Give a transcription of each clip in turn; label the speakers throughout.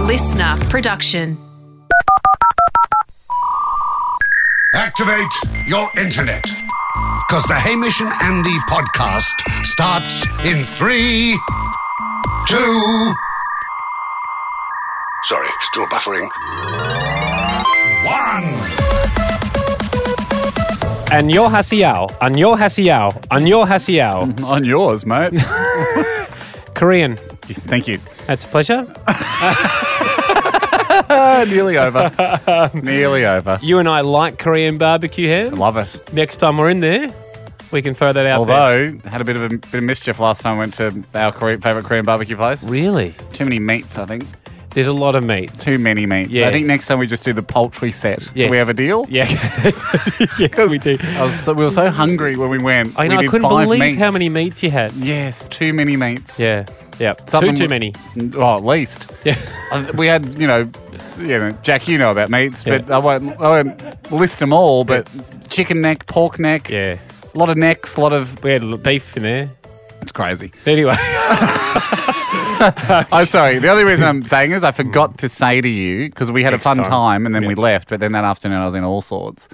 Speaker 1: listener production.
Speaker 2: Activate your internet. Because the Hamish and Andy podcast starts in three, two. Sorry, still buffering. One.
Speaker 3: And your hasiao, and your hasiao, and your hasiao.
Speaker 4: On yours, mate.
Speaker 3: Korean.
Speaker 4: Thank you.
Speaker 3: That's a pleasure.
Speaker 4: Ah, nearly over. nearly over.
Speaker 3: You and I like Korean barbecue ham.
Speaker 4: Love it.
Speaker 3: Next time we're in there, we can throw that out there.
Speaker 4: Although had a bit of a bit of mischief last time I went to our Korean, favorite Korean barbecue place.
Speaker 3: Really?
Speaker 4: Too many meats, I think.
Speaker 3: There's a lot of meat.
Speaker 4: Too many meats.
Speaker 3: Yeah.
Speaker 4: I think next time we just do the poultry set.
Speaker 3: Yes.
Speaker 4: Do we have a deal?
Speaker 3: Yeah. yes, we do.
Speaker 4: I was so, we were so hungry when we went.
Speaker 3: I know,
Speaker 4: We
Speaker 3: I
Speaker 4: did
Speaker 3: couldn't
Speaker 4: five
Speaker 3: believe
Speaker 4: meats.
Speaker 3: how many meats you had.
Speaker 4: Yes, too many meats.
Speaker 3: Yeah. Yeah.
Speaker 4: Something
Speaker 3: too, too
Speaker 4: with-
Speaker 3: many.
Speaker 4: Oh, at least.
Speaker 3: Yeah.
Speaker 4: Uh, we had, you know, you know, Jack, you know about meats,
Speaker 3: Yeah.
Speaker 4: but I won't, I won't list them all. But chicken neck, pork neck,
Speaker 3: Yeah.
Speaker 4: a lot of necks, a lot of
Speaker 3: We had l- beef in there.
Speaker 4: it's crazy.
Speaker 3: Anyway.
Speaker 4: I'm sorry. The only reason I'm saying is I forgot to say to you because we had
Speaker 3: Next
Speaker 4: a fun
Speaker 3: time.
Speaker 4: time, and then
Speaker 3: Yeah. Hmm.
Speaker 4: we left, but then that afternoon I was in all sorts.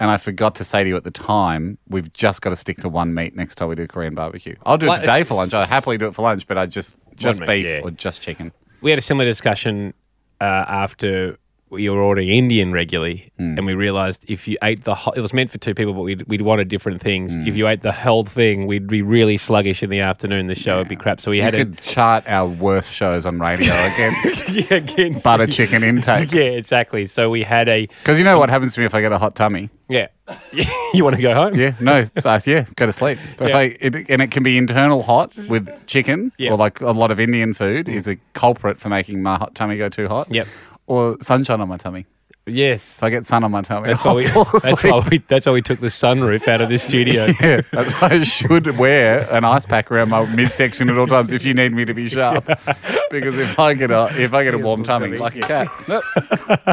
Speaker 4: And I forgot to say to you at the time, we've just got to stick to one meat next time we do Korean barbecue. I'll do it
Speaker 3: Like,
Speaker 4: today
Speaker 3: it's-
Speaker 4: for lunch. I happily do it for lunch, but I just just
Speaker 3: meat,
Speaker 4: beef
Speaker 3: yeah.
Speaker 4: or just chicken.
Speaker 3: we had a similar discussion uh, after we were ordering Indian regularly,
Speaker 4: Hmm.
Speaker 3: and we realized if you ate the whole, it was meant for two people, but we'd, we'd wanted different things.
Speaker 4: Hmm.
Speaker 3: If you ate the whole thing, we'd be really sluggish in the afternoon. The show would be crap. So we
Speaker 4: You
Speaker 3: had
Speaker 4: could chart our worst shows on radio against
Speaker 3: a yeah, against
Speaker 4: butter chicken intake.
Speaker 3: yeah, exactly. So we had a
Speaker 4: Because you know what happens to me if I get a hot tummy?
Speaker 3: yeah. you want to go home?
Speaker 4: Yeah, no, it's- uh, yeah, go to sleep. But
Speaker 3: Yeah.
Speaker 4: If I, it, and it can be internal hot with chicken
Speaker 3: Yeah.
Speaker 4: or like a lot of Indian food is a culprit for making my hot tummy go too hot.
Speaker 3: Yep.
Speaker 4: Or sunshine on my tummy.
Speaker 3: Yes.
Speaker 4: If I get sun on my tummy,
Speaker 3: That's why we.
Speaker 4: I'll fall
Speaker 3: That's
Speaker 4: asleep.
Speaker 3: why we. That's why we took the sunroof out of the studio.
Speaker 4: Yeah, that's why I should wear an ice pack around my midsection at all times if you need me to be sharp. Because if I get a if I get a warm tummy, like a cat, nope.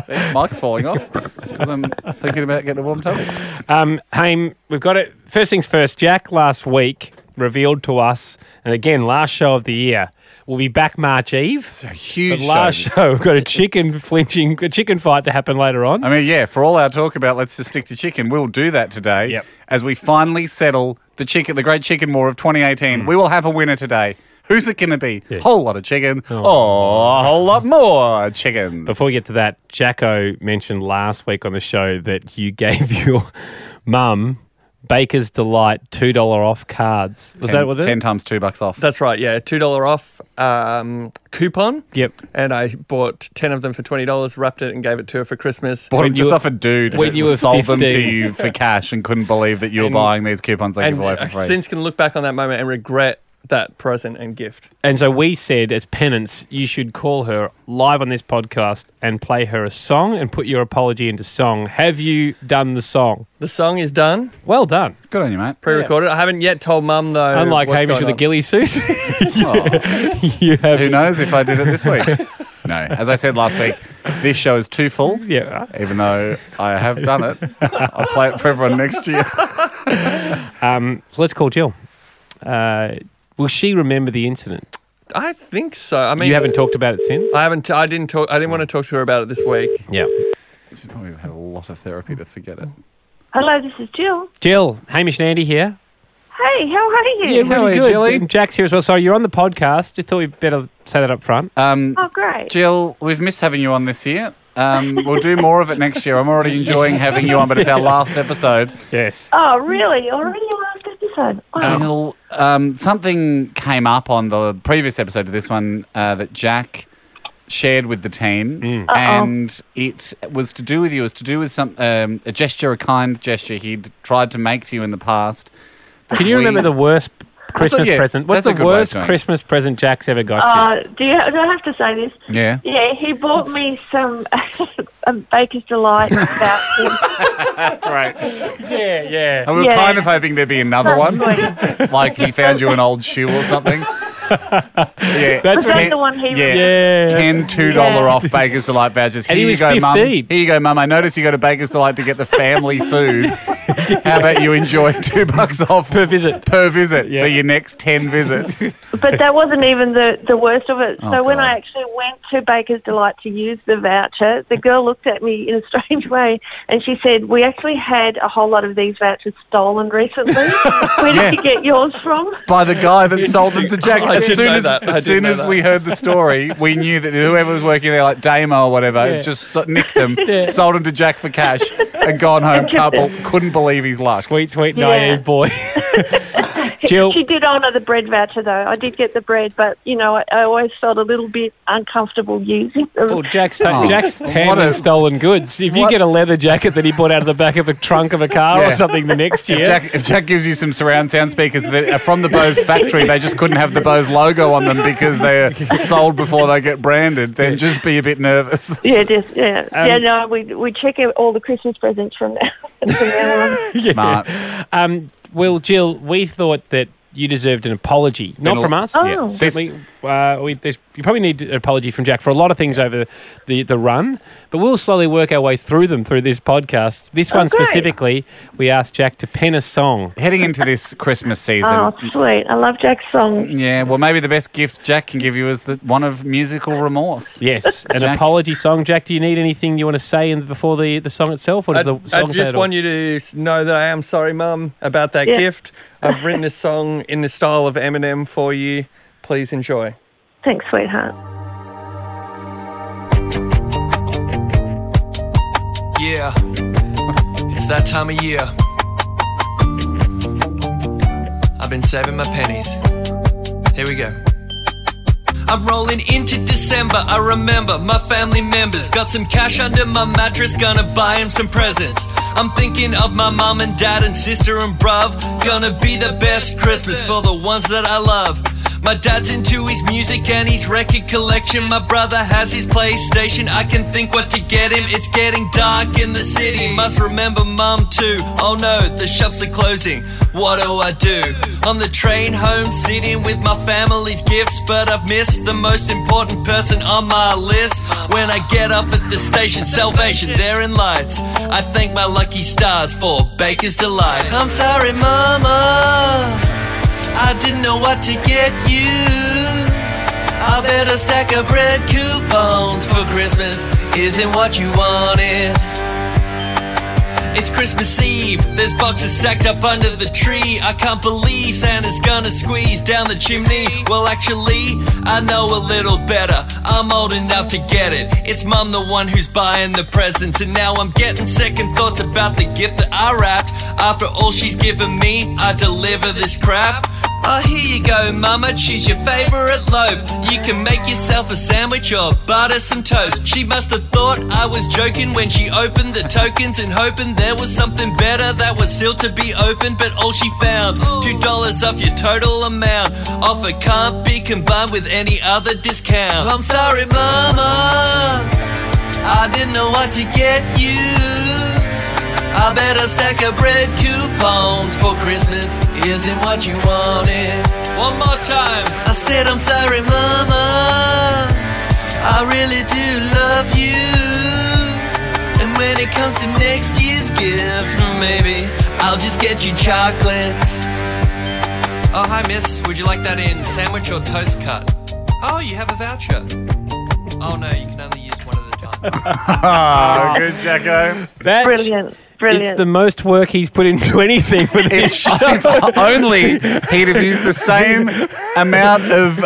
Speaker 4: See, Mike's falling off because I'm thinking about getting a warm tummy.
Speaker 3: Um, Haim, we've got it. First things first, Jack last week revealed to us, and again, last show of the year. We'll be back March Eve. So
Speaker 4: huge
Speaker 3: But last
Speaker 4: show.
Speaker 3: show, we've got a chicken flinching, a chicken fight to happen later on.
Speaker 4: I mean, yeah, for all our talk about let's just stick to chicken, we'll do that today.
Speaker 3: Yep.
Speaker 4: As we finally settle the chicken, the great chicken war of 2018, we will have a winner today. Who's it going to be?
Speaker 3: Hmm. Yeah.
Speaker 4: Whole lot of chicken. Oh. a whole lot more chickens.
Speaker 3: Before we get to that, Jacko mentioned last week on the show that you gave your mum Baker's Delight two dollar off cards. Was that what it?
Speaker 4: Ten times two bucks off.
Speaker 5: That's right. Yeah, two dollar off um, coupon.
Speaker 3: Yep.
Speaker 5: And I bought ten of them for twenty dollars, wrapped it, and gave it to her for Christmas.
Speaker 4: Bought
Speaker 3: when
Speaker 4: them just
Speaker 3: you-
Speaker 4: off a dude
Speaker 3: when
Speaker 4: who
Speaker 3: you were
Speaker 4: sold them to
Speaker 3: 15.
Speaker 4: you for cash and couldn't believe that you were
Speaker 3: And-
Speaker 4: buying these coupons they give
Speaker 5: and
Speaker 4: away for
Speaker 5: I
Speaker 4: free.
Speaker 5: since can look back on that moment and regret that present and gift.
Speaker 3: And so we said, as penance, you should call her live on this podcast and play her a song and put your apology into song. Have you done the song?
Speaker 5: The song is done,
Speaker 3: Well done.
Speaker 4: Good on you, mate.
Speaker 5: pre-recorded. I haven't yet told mum though.
Speaker 3: Unlike
Speaker 5: what's
Speaker 3: Hamish
Speaker 5: going
Speaker 3: with a
Speaker 5: on.
Speaker 3: ghillie suit,
Speaker 4: Oh,
Speaker 3: you have.
Speaker 4: who knows if I did it this week? no, as I said last week, this show is too full.
Speaker 3: Yeah.
Speaker 4: even though I have done it. I'll play it for everyone next year.
Speaker 3: Um, so let's call Jill. Uh, will she remember the incident?
Speaker 5: I think so. I mean,
Speaker 3: you haven't talked about it since?
Speaker 5: I haven't. T- I didn't talk. I didn't want to talk to her about it this week.
Speaker 3: yeah.
Speaker 4: She's probably had a lot of therapy to forget it.
Speaker 6: Hello, this is Jill.
Speaker 3: Jill, Hamish and Andy here.
Speaker 6: Hey, how are you?
Speaker 4: How are you, Jilly?
Speaker 3: And Jack's here as well. Sorry, you're on the podcast. Just thought we'd better say that up front.
Speaker 4: Um,
Speaker 6: Oh, great.
Speaker 4: Jill, we've missed having you on this year. Um, we'll do more of it next year. I'm already enjoying having you on, but it's our last episode.
Speaker 3: Yes.
Speaker 6: oh, really? Already last episode? Wow.
Speaker 4: Jill, um, something came up on the previous episode of this one uh, that Jack shared with the team, and it was to do with you. It was to do with some um, a gesture, a kind gesture he'd tried to make to you in the past.
Speaker 3: Can you
Speaker 4: We-
Speaker 3: remember the worst Christmas
Speaker 4: yeah,
Speaker 3: present? What's
Speaker 4: that's a
Speaker 3: the
Speaker 4: good way of
Speaker 3: worst
Speaker 4: doing it.
Speaker 3: Christmas present Jack's ever got you?
Speaker 6: Uh, do, you, do I have to say this?
Speaker 4: Yeah.
Speaker 6: Yeah, he bought me some um, Baker's Delight vouchers.
Speaker 3: Yeah, yeah.
Speaker 4: And we were
Speaker 6: Yeah.
Speaker 4: kind of hoping there'd be another one. like he found you an old shoe or something. Yeah.
Speaker 3: That's
Speaker 6: Was that the one he
Speaker 4: yeah.
Speaker 3: Yeah.
Speaker 4: Ten two dollar
Speaker 6: Yeah.
Speaker 4: off Baker's Delight vouchers. Here
Speaker 3: And he
Speaker 4: you
Speaker 3: was
Speaker 4: go, mum.
Speaker 3: 15.
Speaker 4: Here you go, mum. I noticed you go to Baker's Delight to get the family food. How about you enjoy two bucks off per
Speaker 3: visit.
Speaker 4: per visit
Speaker 3: Yeah.
Speaker 4: for your next ten visits?
Speaker 6: But that wasn't even the, the worst of it. So
Speaker 4: Oh,
Speaker 6: when
Speaker 4: God.
Speaker 6: I actually went to Baker's Delight to use the voucher, the girl looked at me in a strange way and she said, we actually had a whole lot of these vouchers stolen recently. Where did
Speaker 4: Yeah.
Speaker 6: you get yours from?
Speaker 4: By the guy that sold them to Jack.
Speaker 5: Oh, I
Speaker 4: as
Speaker 5: didn't
Speaker 4: soon
Speaker 5: know
Speaker 4: as
Speaker 5: that. I
Speaker 4: as
Speaker 5: didn't
Speaker 4: soon
Speaker 5: know
Speaker 4: as
Speaker 5: that.
Speaker 4: we heard the story, we knew that whoever was working there, like Damo or whatever, had just st- nicked them, sold them to Jack for cash, and gone home. Couple couldn't believe his luck.
Speaker 3: Sweet, sweet,
Speaker 6: Yeah.
Speaker 3: naive boy. Jill,
Speaker 6: She did honour the bread voucher though. I did get the bread, but you know, I, I always felt a little bit uncomfortable using them.
Speaker 3: Well, Jack's,
Speaker 4: Oh.
Speaker 3: Jack's
Speaker 4: What
Speaker 3: handling
Speaker 4: a-
Speaker 3: stolen goods. If you
Speaker 4: what-
Speaker 3: get a leather jacket that he bought out of the back of a trunk of a car
Speaker 4: Yeah.
Speaker 3: or something the next year,
Speaker 4: If Jack, if Jack gives you some surround sound speakers that are from the Bose factory, they just couldn't have the Bose logo on them because they're sold before they get branded, then just be a bit nervous.
Speaker 6: yeah, just yeah,
Speaker 3: Um,
Speaker 6: yeah. No, we we check out all the Christmas presents from now, from now on.
Speaker 4: Smart.
Speaker 3: um, well, Jill, we thought that you deserved an apology, not
Speaker 4: a-
Speaker 3: from us.
Speaker 6: Oh.
Speaker 4: Yeah. This-
Speaker 3: Certainly, uh, we, there's, you probably need an apology from Jack for a lot of things over the, the run, but we'll slowly work our way through them through this podcast. This one
Speaker 6: Oh, great.
Speaker 3: specifically, we asked Jack to pen a song.
Speaker 4: Heading into this Christmas season.
Speaker 6: Oh, sweet! I love Jack's
Speaker 3: Mm.
Speaker 6: song.
Speaker 4: Yeah, well, maybe the best gift Jack can give you is the one of musical remorse.
Speaker 3: Yes, an
Speaker 4: Jack.
Speaker 3: apology song. Jack, do you need anything you want to say in, before the, the song itself? Or
Speaker 5: I,
Speaker 3: does the
Speaker 5: I
Speaker 3: song say
Speaker 5: just
Speaker 3: it all?
Speaker 5: want you to s- know that I am sorry, Mum, about that
Speaker 6: Yeah.
Speaker 5: gift. I've written this song in the style of Eminem for you. Please enjoy.
Speaker 6: Thanks, sweetheart.
Speaker 1: Yeah, it's that time of year. I've been saving my pennies. Here we go. I'm rolling into December. I remember my family members got some cash under my mattress, gonna buy him some presents. I'm thinking of my mom and dad and sister and bruv. Gonna be the best Christmas for the ones that I love. My dad's into his music and his record collection. My brother has his PlayStation. I can think what to get him. It's getting dark in the city. Must remember mum too. Oh no, the shops are closing. What do I do? On the train home, sitting with my family's gifts, but I've missed the most important person on my list. When I get off at the station, salvation, there in lights. I thank my lucky stars for Baker's Delight. I'm sorry, Mama. I didn't know what to get you. I bet a stack of bread coupons for Christmas isn't what you wanted. It's Christmas Eve. There's boxes stacked up under the tree. I can't believe Santa's gonna squeeze down the chimney. Well, actually, I know a little better. I'm old enough to get it. It's mum the one who's buying the presents, and now I'm getting second thoughts about the gift that I wrapped. After all she's given me, I deliver this crap. Oh, here you go, Mama. Choose your favorite loaf. You can make yourself a sandwich or butter some toast. She must have thought I was joking when she opened the tokens and hoping there was something better that was still to be opened. But all she found, two dollars off your total amount. Offer can't be combined with any other discount. I'm sorry, Mama. I didn't know what to get you. I bet a stack of bread coupons for Christmas isn't what you wanted. One more time. I said, I'm sorry, Mama. I really do love you. And when it comes to next year's gift, maybe I'll just get you chocolates. Oh, hi, miss. Would you like that in sandwich or toast cut? Oh, you have a voucher. Oh, no, you can only use one at a time.
Speaker 4: Oh, good, Jacko.
Speaker 3: That's
Speaker 6: Brilliant,
Speaker 3: It's
Speaker 6: brilliant.
Speaker 3: the most work he's put into anything for this show.
Speaker 4: If only he'd have used the same amount of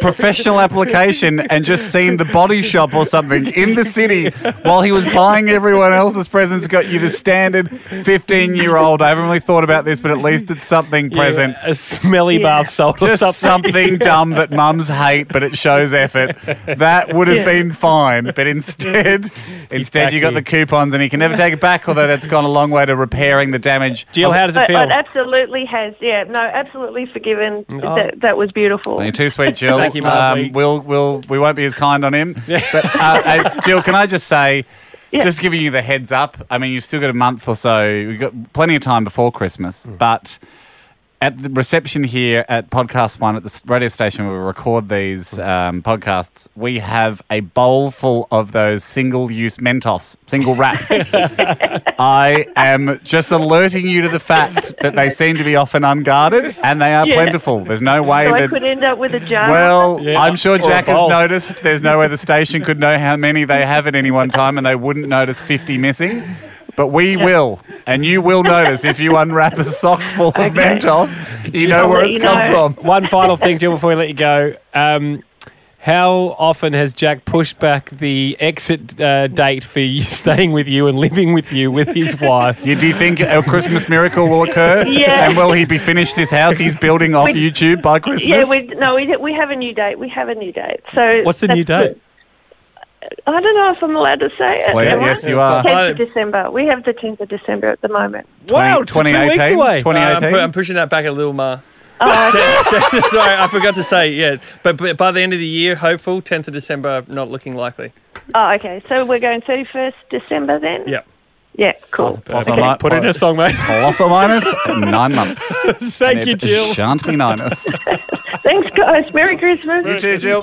Speaker 4: professional application and just seen the body shop or something in the city while he was buying everyone else's presents. Got you the standard 15 year old. I haven't really thought about this, but at least it's something present.
Speaker 3: Yeah, a smelly
Speaker 6: Yeah.
Speaker 3: bath salt or
Speaker 4: Just
Speaker 3: something.
Speaker 4: something, dumb that mums hate, but it shows effort. That would have been fine, but instead, instead
Speaker 3: back
Speaker 4: you got
Speaker 3: here.
Speaker 4: the coupons, and he can never take it back. Although that's gone a long way to repairing the damage.
Speaker 3: Jill, how does it
Speaker 6: But,
Speaker 3: feel?
Speaker 6: but absolutely has, yeah, no, absolutely forgiven. That, that was beautiful.
Speaker 4: Well, You're too sweet, Jill.
Speaker 3: Thank Oh. you, Mark.
Speaker 4: um, we'll, we'll, we won't be as kind on him. But uh, uh, Jill, can I just say,
Speaker 6: Yeah.
Speaker 4: just giving you the heads up. I mean, you've still got a month or so. We've got plenty of time before Christmas, but at the reception here at Podcast One at the s- radio station where we record these um, podcasts, we have a bowl full of those single use Mentos, single wrap. I am just alerting you to the fact that they seem to be often unguarded and they are
Speaker 6: Yeah.
Speaker 4: plentiful. There's no way
Speaker 6: So I
Speaker 4: that.
Speaker 6: could end up with a jar.
Speaker 4: Well, I'm sure
Speaker 3: Or a
Speaker 4: Jack has
Speaker 3: bowl.
Speaker 4: noticed there's no way the station could know how many they have at any one time and they wouldn't notice 50 missing. But we will, and you will notice if you unwrap a sock full of
Speaker 6: Okay.
Speaker 4: Mentos, you know
Speaker 6: I'll
Speaker 4: where
Speaker 6: let
Speaker 4: it's
Speaker 6: you
Speaker 4: come
Speaker 6: know.
Speaker 4: from.
Speaker 3: One final thing, Jill, before we let you go. Um, how often has Jack pushed back the exit uh, date for you staying with you and living with you with his wife?
Speaker 4: You, do you think a Christmas miracle will occur?
Speaker 6: Yeah.
Speaker 4: And will he be finished this house he's building off
Speaker 6: We-
Speaker 4: YouTube by Christmas?
Speaker 6: yeah, we no, we, we have a new date. We have a new date. So
Speaker 3: What's the new
Speaker 6: that's
Speaker 3: date?
Speaker 6: the- I don't know if I'm allowed to say it.
Speaker 4: Well, yeah,
Speaker 6: am I?
Speaker 4: yes, you are.
Speaker 6: 10th of December. We have the 10th of December at the moment.
Speaker 3: Wow, it's two weeks away.
Speaker 4: 2018?
Speaker 3: Um,
Speaker 5: Uh, I'm,
Speaker 4: 2018?
Speaker 5: pu- I'm pushing that back a little, Ma.
Speaker 6: Oh,
Speaker 5: Sorry, I forgot to say. Yeah, but, but by the end of the year, hopeful. 10th of December, not looking likely.
Speaker 6: oh, okay. So we're going 31st December then?
Speaker 5: Yep.
Speaker 6: Yeah, cool.
Speaker 4: Plus
Speaker 6: Okay.
Speaker 4: or mi-
Speaker 3: Put in a song, mate.
Speaker 4: Plus or minus nine months.
Speaker 3: Thank you,
Speaker 4: It
Speaker 3: Jill.
Speaker 4: Shan't be minus.
Speaker 6: Thanks, guys. Merry Christmas.
Speaker 4: You too, Jill.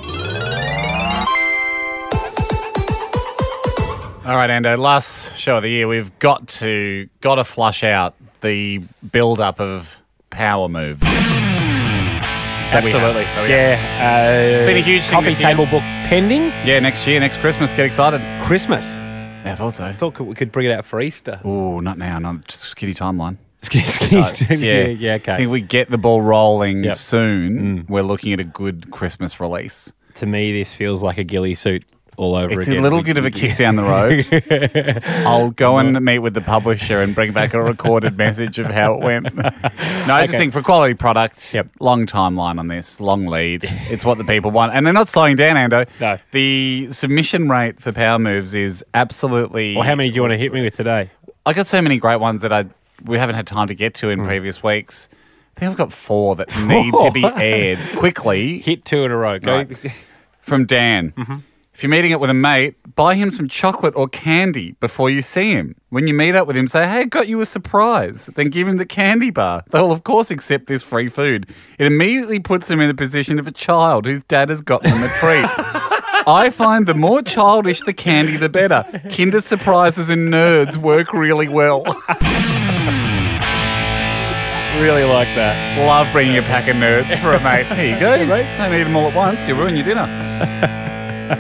Speaker 4: All right, Ando. Last show of the year, we've got to got to flush out the build up of power moves. That we have.
Speaker 3: Absolutely.
Speaker 4: That we have.
Speaker 3: Yeah. Uh,
Speaker 4: Oh, Been a huge thing
Speaker 3: coffee
Speaker 4: this year.
Speaker 3: table book pending.
Speaker 4: Yeah, next year, next Christmas, get excited.
Speaker 3: Christmas.
Speaker 4: Yeah, I thought so.
Speaker 3: Thought could- we could bring it out for Easter.
Speaker 4: Ooh, not now, not just skitty timeline.
Speaker 3: yeah, yeah,
Speaker 4: I
Speaker 3: okay.
Speaker 4: think if we get the ball rolling
Speaker 3: Yep. Mm.
Speaker 4: soon, we're looking at a good Christmas release.
Speaker 3: to me, this feels like a ghillie suit all over
Speaker 4: It's
Speaker 3: again.
Speaker 4: a little bit of a kick down the road. I'll go and meet with the publisher and bring back a recorded message of how it went. No, I just
Speaker 3: Okay.
Speaker 4: think for quality product,
Speaker 3: Yep.
Speaker 4: long timeline on this, long lead. It's what the people want. And they're not slowing down, Ando.
Speaker 3: No.
Speaker 4: The submission rate for Power Moves is absolutely.
Speaker 3: Well, how many do you want to hit me with today?
Speaker 4: I got so many great ones that I we haven't had time to get to in
Speaker 3: Hmm.
Speaker 4: previous weeks. I think I've got four that need to be aired quickly.
Speaker 3: Hit two in a row. Go.
Speaker 4: Right. From Dan. If you're meeting up with a mate, buy him some chocolate or candy before you see him. When you meet up with him, say, Hey, I got you a surprise. Then give him the candy bar. They'll, of course, accept this free food. It immediately puts them in the position of a child whose dad has got them a treat. I find the more childish the candy, the better. Kinder surprises and nerds work really well.
Speaker 3: Really like that.
Speaker 4: Love bringing a pack of nerds for a mate. Here you go. Don't eat them all at once. You ruin your dinner.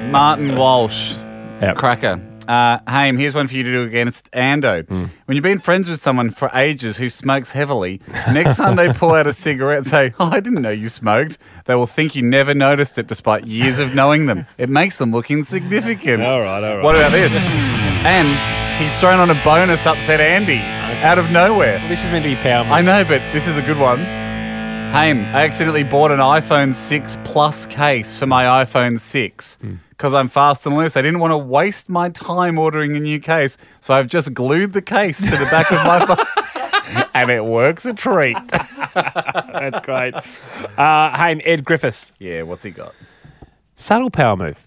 Speaker 4: Martin Walsh,
Speaker 3: Yep.
Speaker 4: cracker. Uh, Haim, here's one for you to do against Ando. When you've been friends with someone for ages who smokes heavily, next time they pull out a cigarette and say, oh, I didn't know you smoked, they will think you never noticed it despite years of knowing them. It makes them look insignificant.
Speaker 3: All right, all right.
Speaker 4: What about this? And he's thrown on a bonus upset Andy out of nowhere.
Speaker 3: This is meant to be power.
Speaker 4: I know, but this is a good one. Haim, I accidentally bought an iPhone 6 Plus case for my iPhone 6 because I'm fast and loose. I didn't want to waste my time ordering a new case, so I've just glued the case to the back of my phone. And it works a treat.
Speaker 3: That's great. Uh, hey, Ed Griffiths.
Speaker 4: Yeah, what's he got?
Speaker 3: Subtle power move.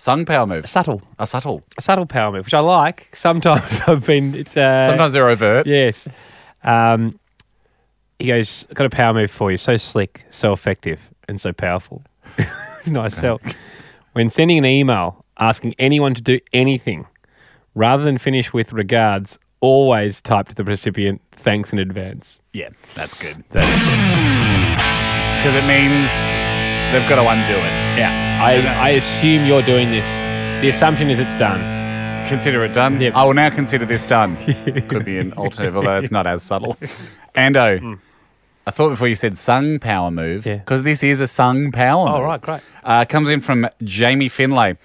Speaker 4: Sun power move.
Speaker 3: Subtle.
Speaker 4: A subtle.
Speaker 3: A subtle power move, which I like. Sometimes I've been. It's, uh,
Speaker 4: Sometimes they're overt.
Speaker 3: Yes. Um, he goes, I've got a power move for you. So slick, so effective, and so powerful. nice help. When sending an email asking anyone to do anything, rather than finish with regards, always type to the recipient thanks in advance.
Speaker 4: Yeah, that's good.
Speaker 3: That is
Speaker 4: Because it means they've got to undo it.
Speaker 3: Yeah. I, I assume you're doing this. The assumption is it's done.
Speaker 4: Consider it done.
Speaker 3: Yep.
Speaker 4: I will now consider this done. Could be an alternative, although it's not as subtle. Ando, I thought before you said sung power move,
Speaker 3: Hmm. Yeah.
Speaker 4: because this is a sung power move.
Speaker 3: Oh, right, great.
Speaker 4: Uh, comes in from Jamie Finlay.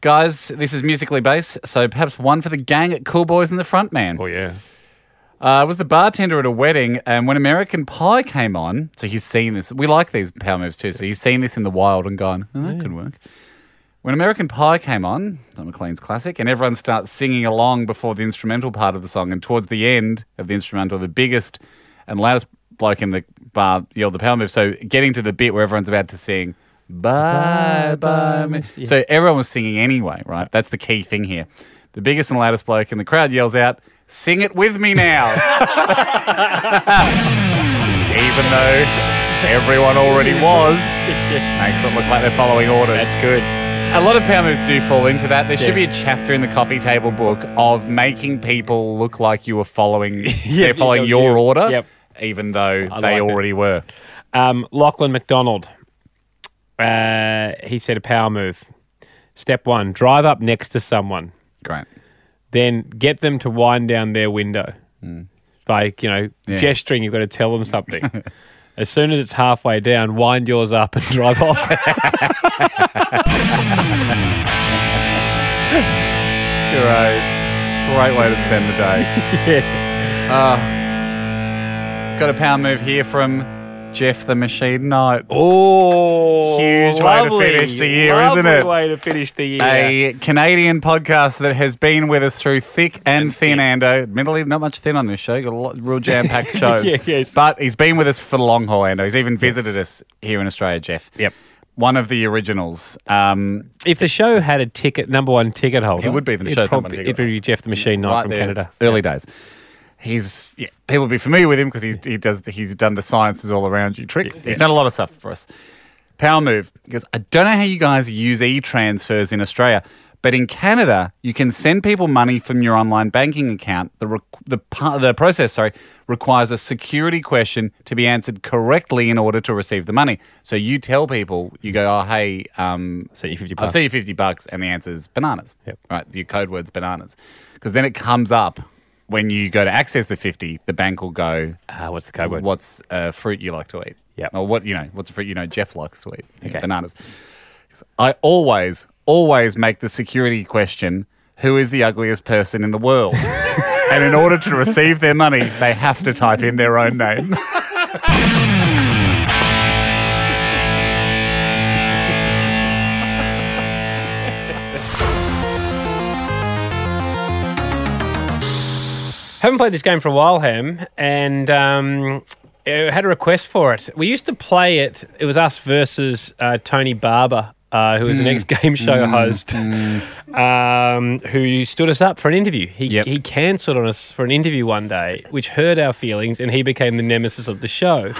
Speaker 4: Guys, this is musically based, so perhaps one for the gang at Cool Boys and the Frontman.
Speaker 3: Oh, yeah.
Speaker 4: Uh, I was the bartender at a wedding, and when American Pie came on, so he's seen this. We like these power moves too, so he's seen this in the wild and gone, oh, that could work. When American Pie came on, Don McLean's classic, and everyone starts singing along before the instrumental part of the song, and towards the end of the instrumental, the biggest and loudest bloke in the bar yelled the power move. So getting to the bit where everyone's about to sing, bye bye. miss-" So everyone was singing anyway, right? That's the key thing here. The biggest and loudest bloke in the crowd yells out, "Sing it with me now!" even though everyone already was. Makes it look like they're following orders. That's good. A lot of power moves do fall into that. There should be a chapter in the coffee table book of making people look like you were following. they're following
Speaker 3: yeah,
Speaker 4: your
Speaker 3: yeah.
Speaker 4: order,
Speaker 3: Yep.
Speaker 4: even though they
Speaker 3: like it.
Speaker 4: already were.
Speaker 3: Um, Lachlan McDonald. Uh, he said a power move. Step one: drive up next to someone,
Speaker 4: Great.
Speaker 3: then get them to wind down their window by you know
Speaker 4: Mm. Yeah.
Speaker 3: gesturing. You've got to tell them something. as soon as it's halfway down, wind yours up and drive off.
Speaker 4: Great. Great way to spend the day. Uh, got a power move here from Jeff the Machine Knight.
Speaker 3: oh,
Speaker 4: Huge way to finish the year,
Speaker 3: lovely
Speaker 4: isn't it?
Speaker 3: Way to finish the year.
Speaker 4: A Canadian podcast that has been with us through thick and, thin, Ando. Admittedly, not much thin on this show. Got a lot real jam-packed shows.
Speaker 3: Yeah, yes.
Speaker 4: But he's been with us for the long haul, Ando. He's even visited us here in Australia, Jeff.
Speaker 3: Yep.
Speaker 4: One of the originals. Um,
Speaker 3: if the show had a ticket, number one ticket holder,
Speaker 4: It would be the
Speaker 3: it'd
Speaker 4: show's
Speaker 3: prob-
Speaker 4: number one ticket
Speaker 3: It'd be Jeff the Machine Knight
Speaker 4: right
Speaker 3: from
Speaker 4: there,
Speaker 3: Canada.
Speaker 4: Early days. He's yeah, people will be familiar with him because he he does he's done the sciences all around you trick. He's done a lot of stuff for us. Power move because I don't know how you guys use e transfers in Australia, but in Canada you can send people money from your online banking account. The requ the pa- the process sorry requires a security question to be answered correctly in order to receive the money. So you tell people you go oh hey um,
Speaker 3: So you 50
Speaker 4: I'll
Speaker 3: bucks.
Speaker 4: send you 50 bucks, and the answer is bananas.
Speaker 3: Yep.
Speaker 4: Right, your code word's bananas. Because then it comes up when you go to access the 50, the bank will go,
Speaker 3: Ah, what's the code word?
Speaker 4: What's a fruit you like to eat?
Speaker 3: Yep.
Speaker 4: Or what, you know, what's a fruit you know Jeff likes to eat? You know,
Speaker 3: Okay.
Speaker 4: Bananas. I always, always make the security question who is the ugliest person in the world? and in order to receive their money, they have to type in their own name.
Speaker 3: Haven't played this game for a while, Ham, and um, I had a request for it. We used to play it. It was us versus uh, Tony Barber, uh, who was
Speaker 4: Hmm.
Speaker 3: an ex-game show host, um, who stood us up for an interview. He,
Speaker 4: Yep.
Speaker 3: he cancelled on us for an interview one day, which hurt our feelings, and he became the nemesis of the show.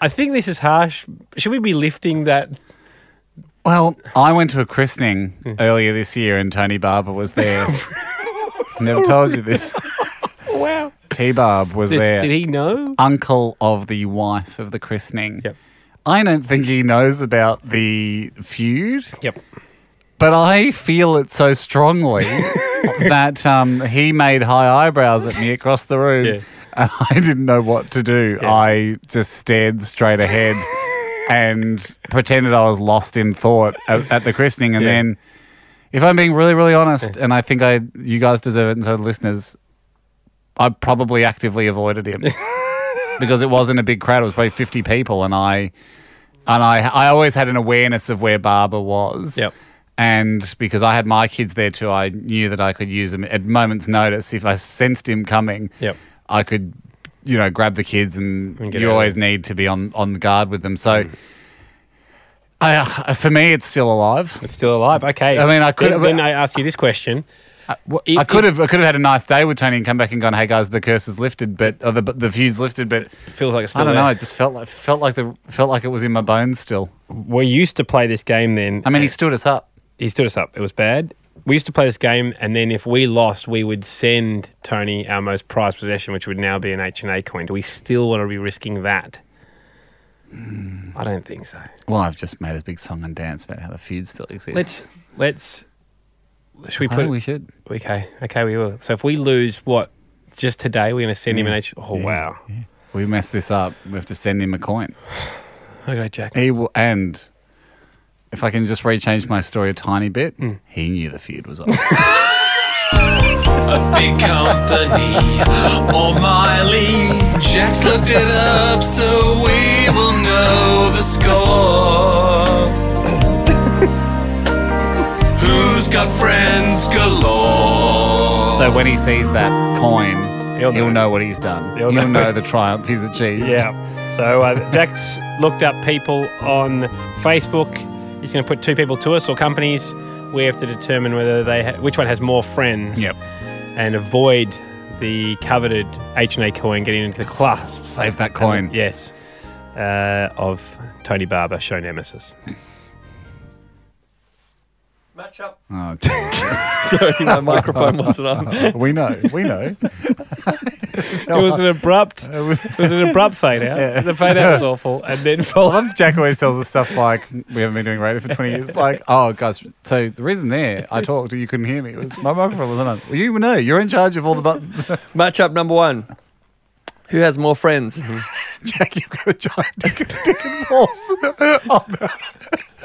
Speaker 3: I think this is harsh. Should we be lifting that?
Speaker 4: Well, I went to a
Speaker 3: Hmm.
Speaker 4: christening earlier this year and Tony Barber was there. Never told you this.
Speaker 3: Wow.
Speaker 4: T Barb was
Speaker 3: This,
Speaker 4: there.
Speaker 3: did he know?
Speaker 4: Uncle of the wife of the christening.
Speaker 3: Yep.
Speaker 4: I don't think he knows about the feud,
Speaker 3: Yep.
Speaker 4: but I feel it so strongly that um, he made high eyebrows at me across the room.
Speaker 3: Yeah.
Speaker 4: And I didn't know what to do. I just stared straight ahead and pretended I was lost in thought at, at the christening. And
Speaker 3: Yeah.
Speaker 4: then, if I'm being really, really honest, and I think I, you guys deserve it, and so do listeners, I probably actively avoided him because it wasn't a big crowd. It was probably 50 people, and I, and I, I always had an awareness of where Barber was.
Speaker 3: Yep.
Speaker 4: And because I had my kids there too, I knew that I could use them at moment's notice. If I sensed him coming,
Speaker 3: Yep.
Speaker 4: I could, you know, grab the kids, and,
Speaker 3: And get
Speaker 4: you
Speaker 3: out of Mm.
Speaker 4: always need to be on on guard with them. So, I, uh, for me, it's still alive.
Speaker 3: It's still alive. Okay.
Speaker 4: I mean, I could-
Speaker 3: Then, then I ask you this question.
Speaker 4: I
Speaker 3: if-
Speaker 4: could have I could have had a nice day with Tony and come back and gone, "Hey guys, the curse is lifted, but or the the feud's lifted." But
Speaker 3: Feels like it's still
Speaker 4: I don't
Speaker 3: there.
Speaker 4: know. It just felt like felt like the felt like it was in my bones still.
Speaker 3: we used to play this game then. Uh,
Speaker 4: I mean, he stood us up.
Speaker 3: he stood us up. It was bad. We used to play this game, and then if we lost, we would send Tony our most prized possession, which would now be an H and A coin. Do we still want to be risking that?
Speaker 4: Hmm.
Speaker 3: I don't think so.
Speaker 4: Well, I've just made a big song and dance about how the feud still exists.
Speaker 3: Let's let's. Should we
Speaker 4: I
Speaker 3: put?
Speaker 4: think we should.
Speaker 3: Okay, okay, we will. So if we lose, what? Just today, we're going to send him an H. Oh
Speaker 4: Yeah,
Speaker 3: wow!
Speaker 4: yeah. We messed this up. We have to send him a coin.
Speaker 3: Okay, Jack.
Speaker 4: He will, and if I can just rechange my story a tiny bit,
Speaker 3: Hmm.
Speaker 4: he knew the feud was on.
Speaker 1: a big company or Miley. Jack's looked it up so we will know the score. Who's got friends galore?
Speaker 4: so when he sees that coin,
Speaker 3: He'll
Speaker 4: he'll,
Speaker 3: know.
Speaker 4: know. what he's done.
Speaker 3: He'll
Speaker 4: He'll,
Speaker 3: know.
Speaker 4: know. the triumph he's achieved.
Speaker 3: Yeah. So uh, Jack's looked up people on Facebook. He's going to put two people to us or companies. We have to determine whether they ha- which one has more friends.
Speaker 4: Yep.
Speaker 3: And avoid the coveted H and A coin getting into the clasps.
Speaker 4: Save that coin.
Speaker 3: Yes. uh, of Tony Barber, show Nemesis.
Speaker 5: Match up.
Speaker 4: Oh,
Speaker 5: Sorry, my microphone wasn't on.
Speaker 4: we know. We know.
Speaker 3: It was an abrupt, it was an abrupt fade out. The fade out was awful, and then
Speaker 4: I
Speaker 3: followed.
Speaker 4: love Jack always tells us stuff like we haven't been doing radio for 20 years. Like, oh, guys, so the reason there I talked you couldn't hear me was my microphone wasn't on. Well, you know, you're in charge of all the buttons.
Speaker 5: Match up number one. Who has more friends?
Speaker 4: Jack, you've got a giant dick, dick and balls on the,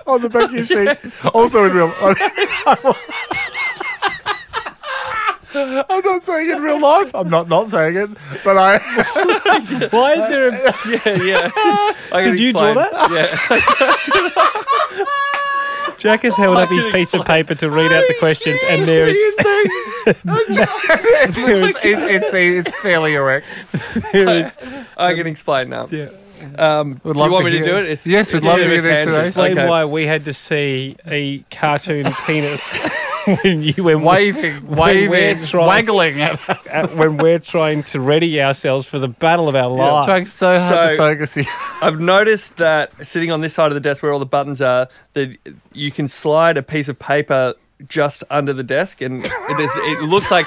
Speaker 4: on the back of your sheet. Also in real I'm not saying in real life. I'm not not saying it, but I.
Speaker 3: Why is there a
Speaker 5: yeah, yeah. I can
Speaker 3: Did you draw
Speaker 5: explain. Yeah.
Speaker 3: Jack has held up
Speaker 5: can
Speaker 3: his piece of paper to read out the questions, and there is
Speaker 4: it's, it, it's, it's fairly erect.
Speaker 5: I can explain now.
Speaker 3: Yeah.
Speaker 5: Um,
Speaker 4: Would
Speaker 5: do
Speaker 4: love
Speaker 5: you want
Speaker 4: to
Speaker 5: me to
Speaker 4: hear
Speaker 5: do
Speaker 4: it.
Speaker 5: it?
Speaker 4: Yes, we'd
Speaker 5: it's
Speaker 4: love to
Speaker 5: a bit
Speaker 4: hear the
Speaker 5: of a tangent.
Speaker 4: explanation.
Speaker 3: explain
Speaker 5: Okay.
Speaker 3: why we had to see a cartoon penis when you when we-
Speaker 4: Waving,
Speaker 3: we're
Speaker 4: waving,
Speaker 3: trying-
Speaker 4: waggling at us.
Speaker 3: uh, when we're trying to ready ourselves for the battle of our lives.
Speaker 4: Trying so hard to
Speaker 5: Oh. So-
Speaker 4: focus here.
Speaker 5: I've noticed that sitting on this side of the desk where all the buttons are, that you can slide a piece of paper just under the desk, and it, is, it looks like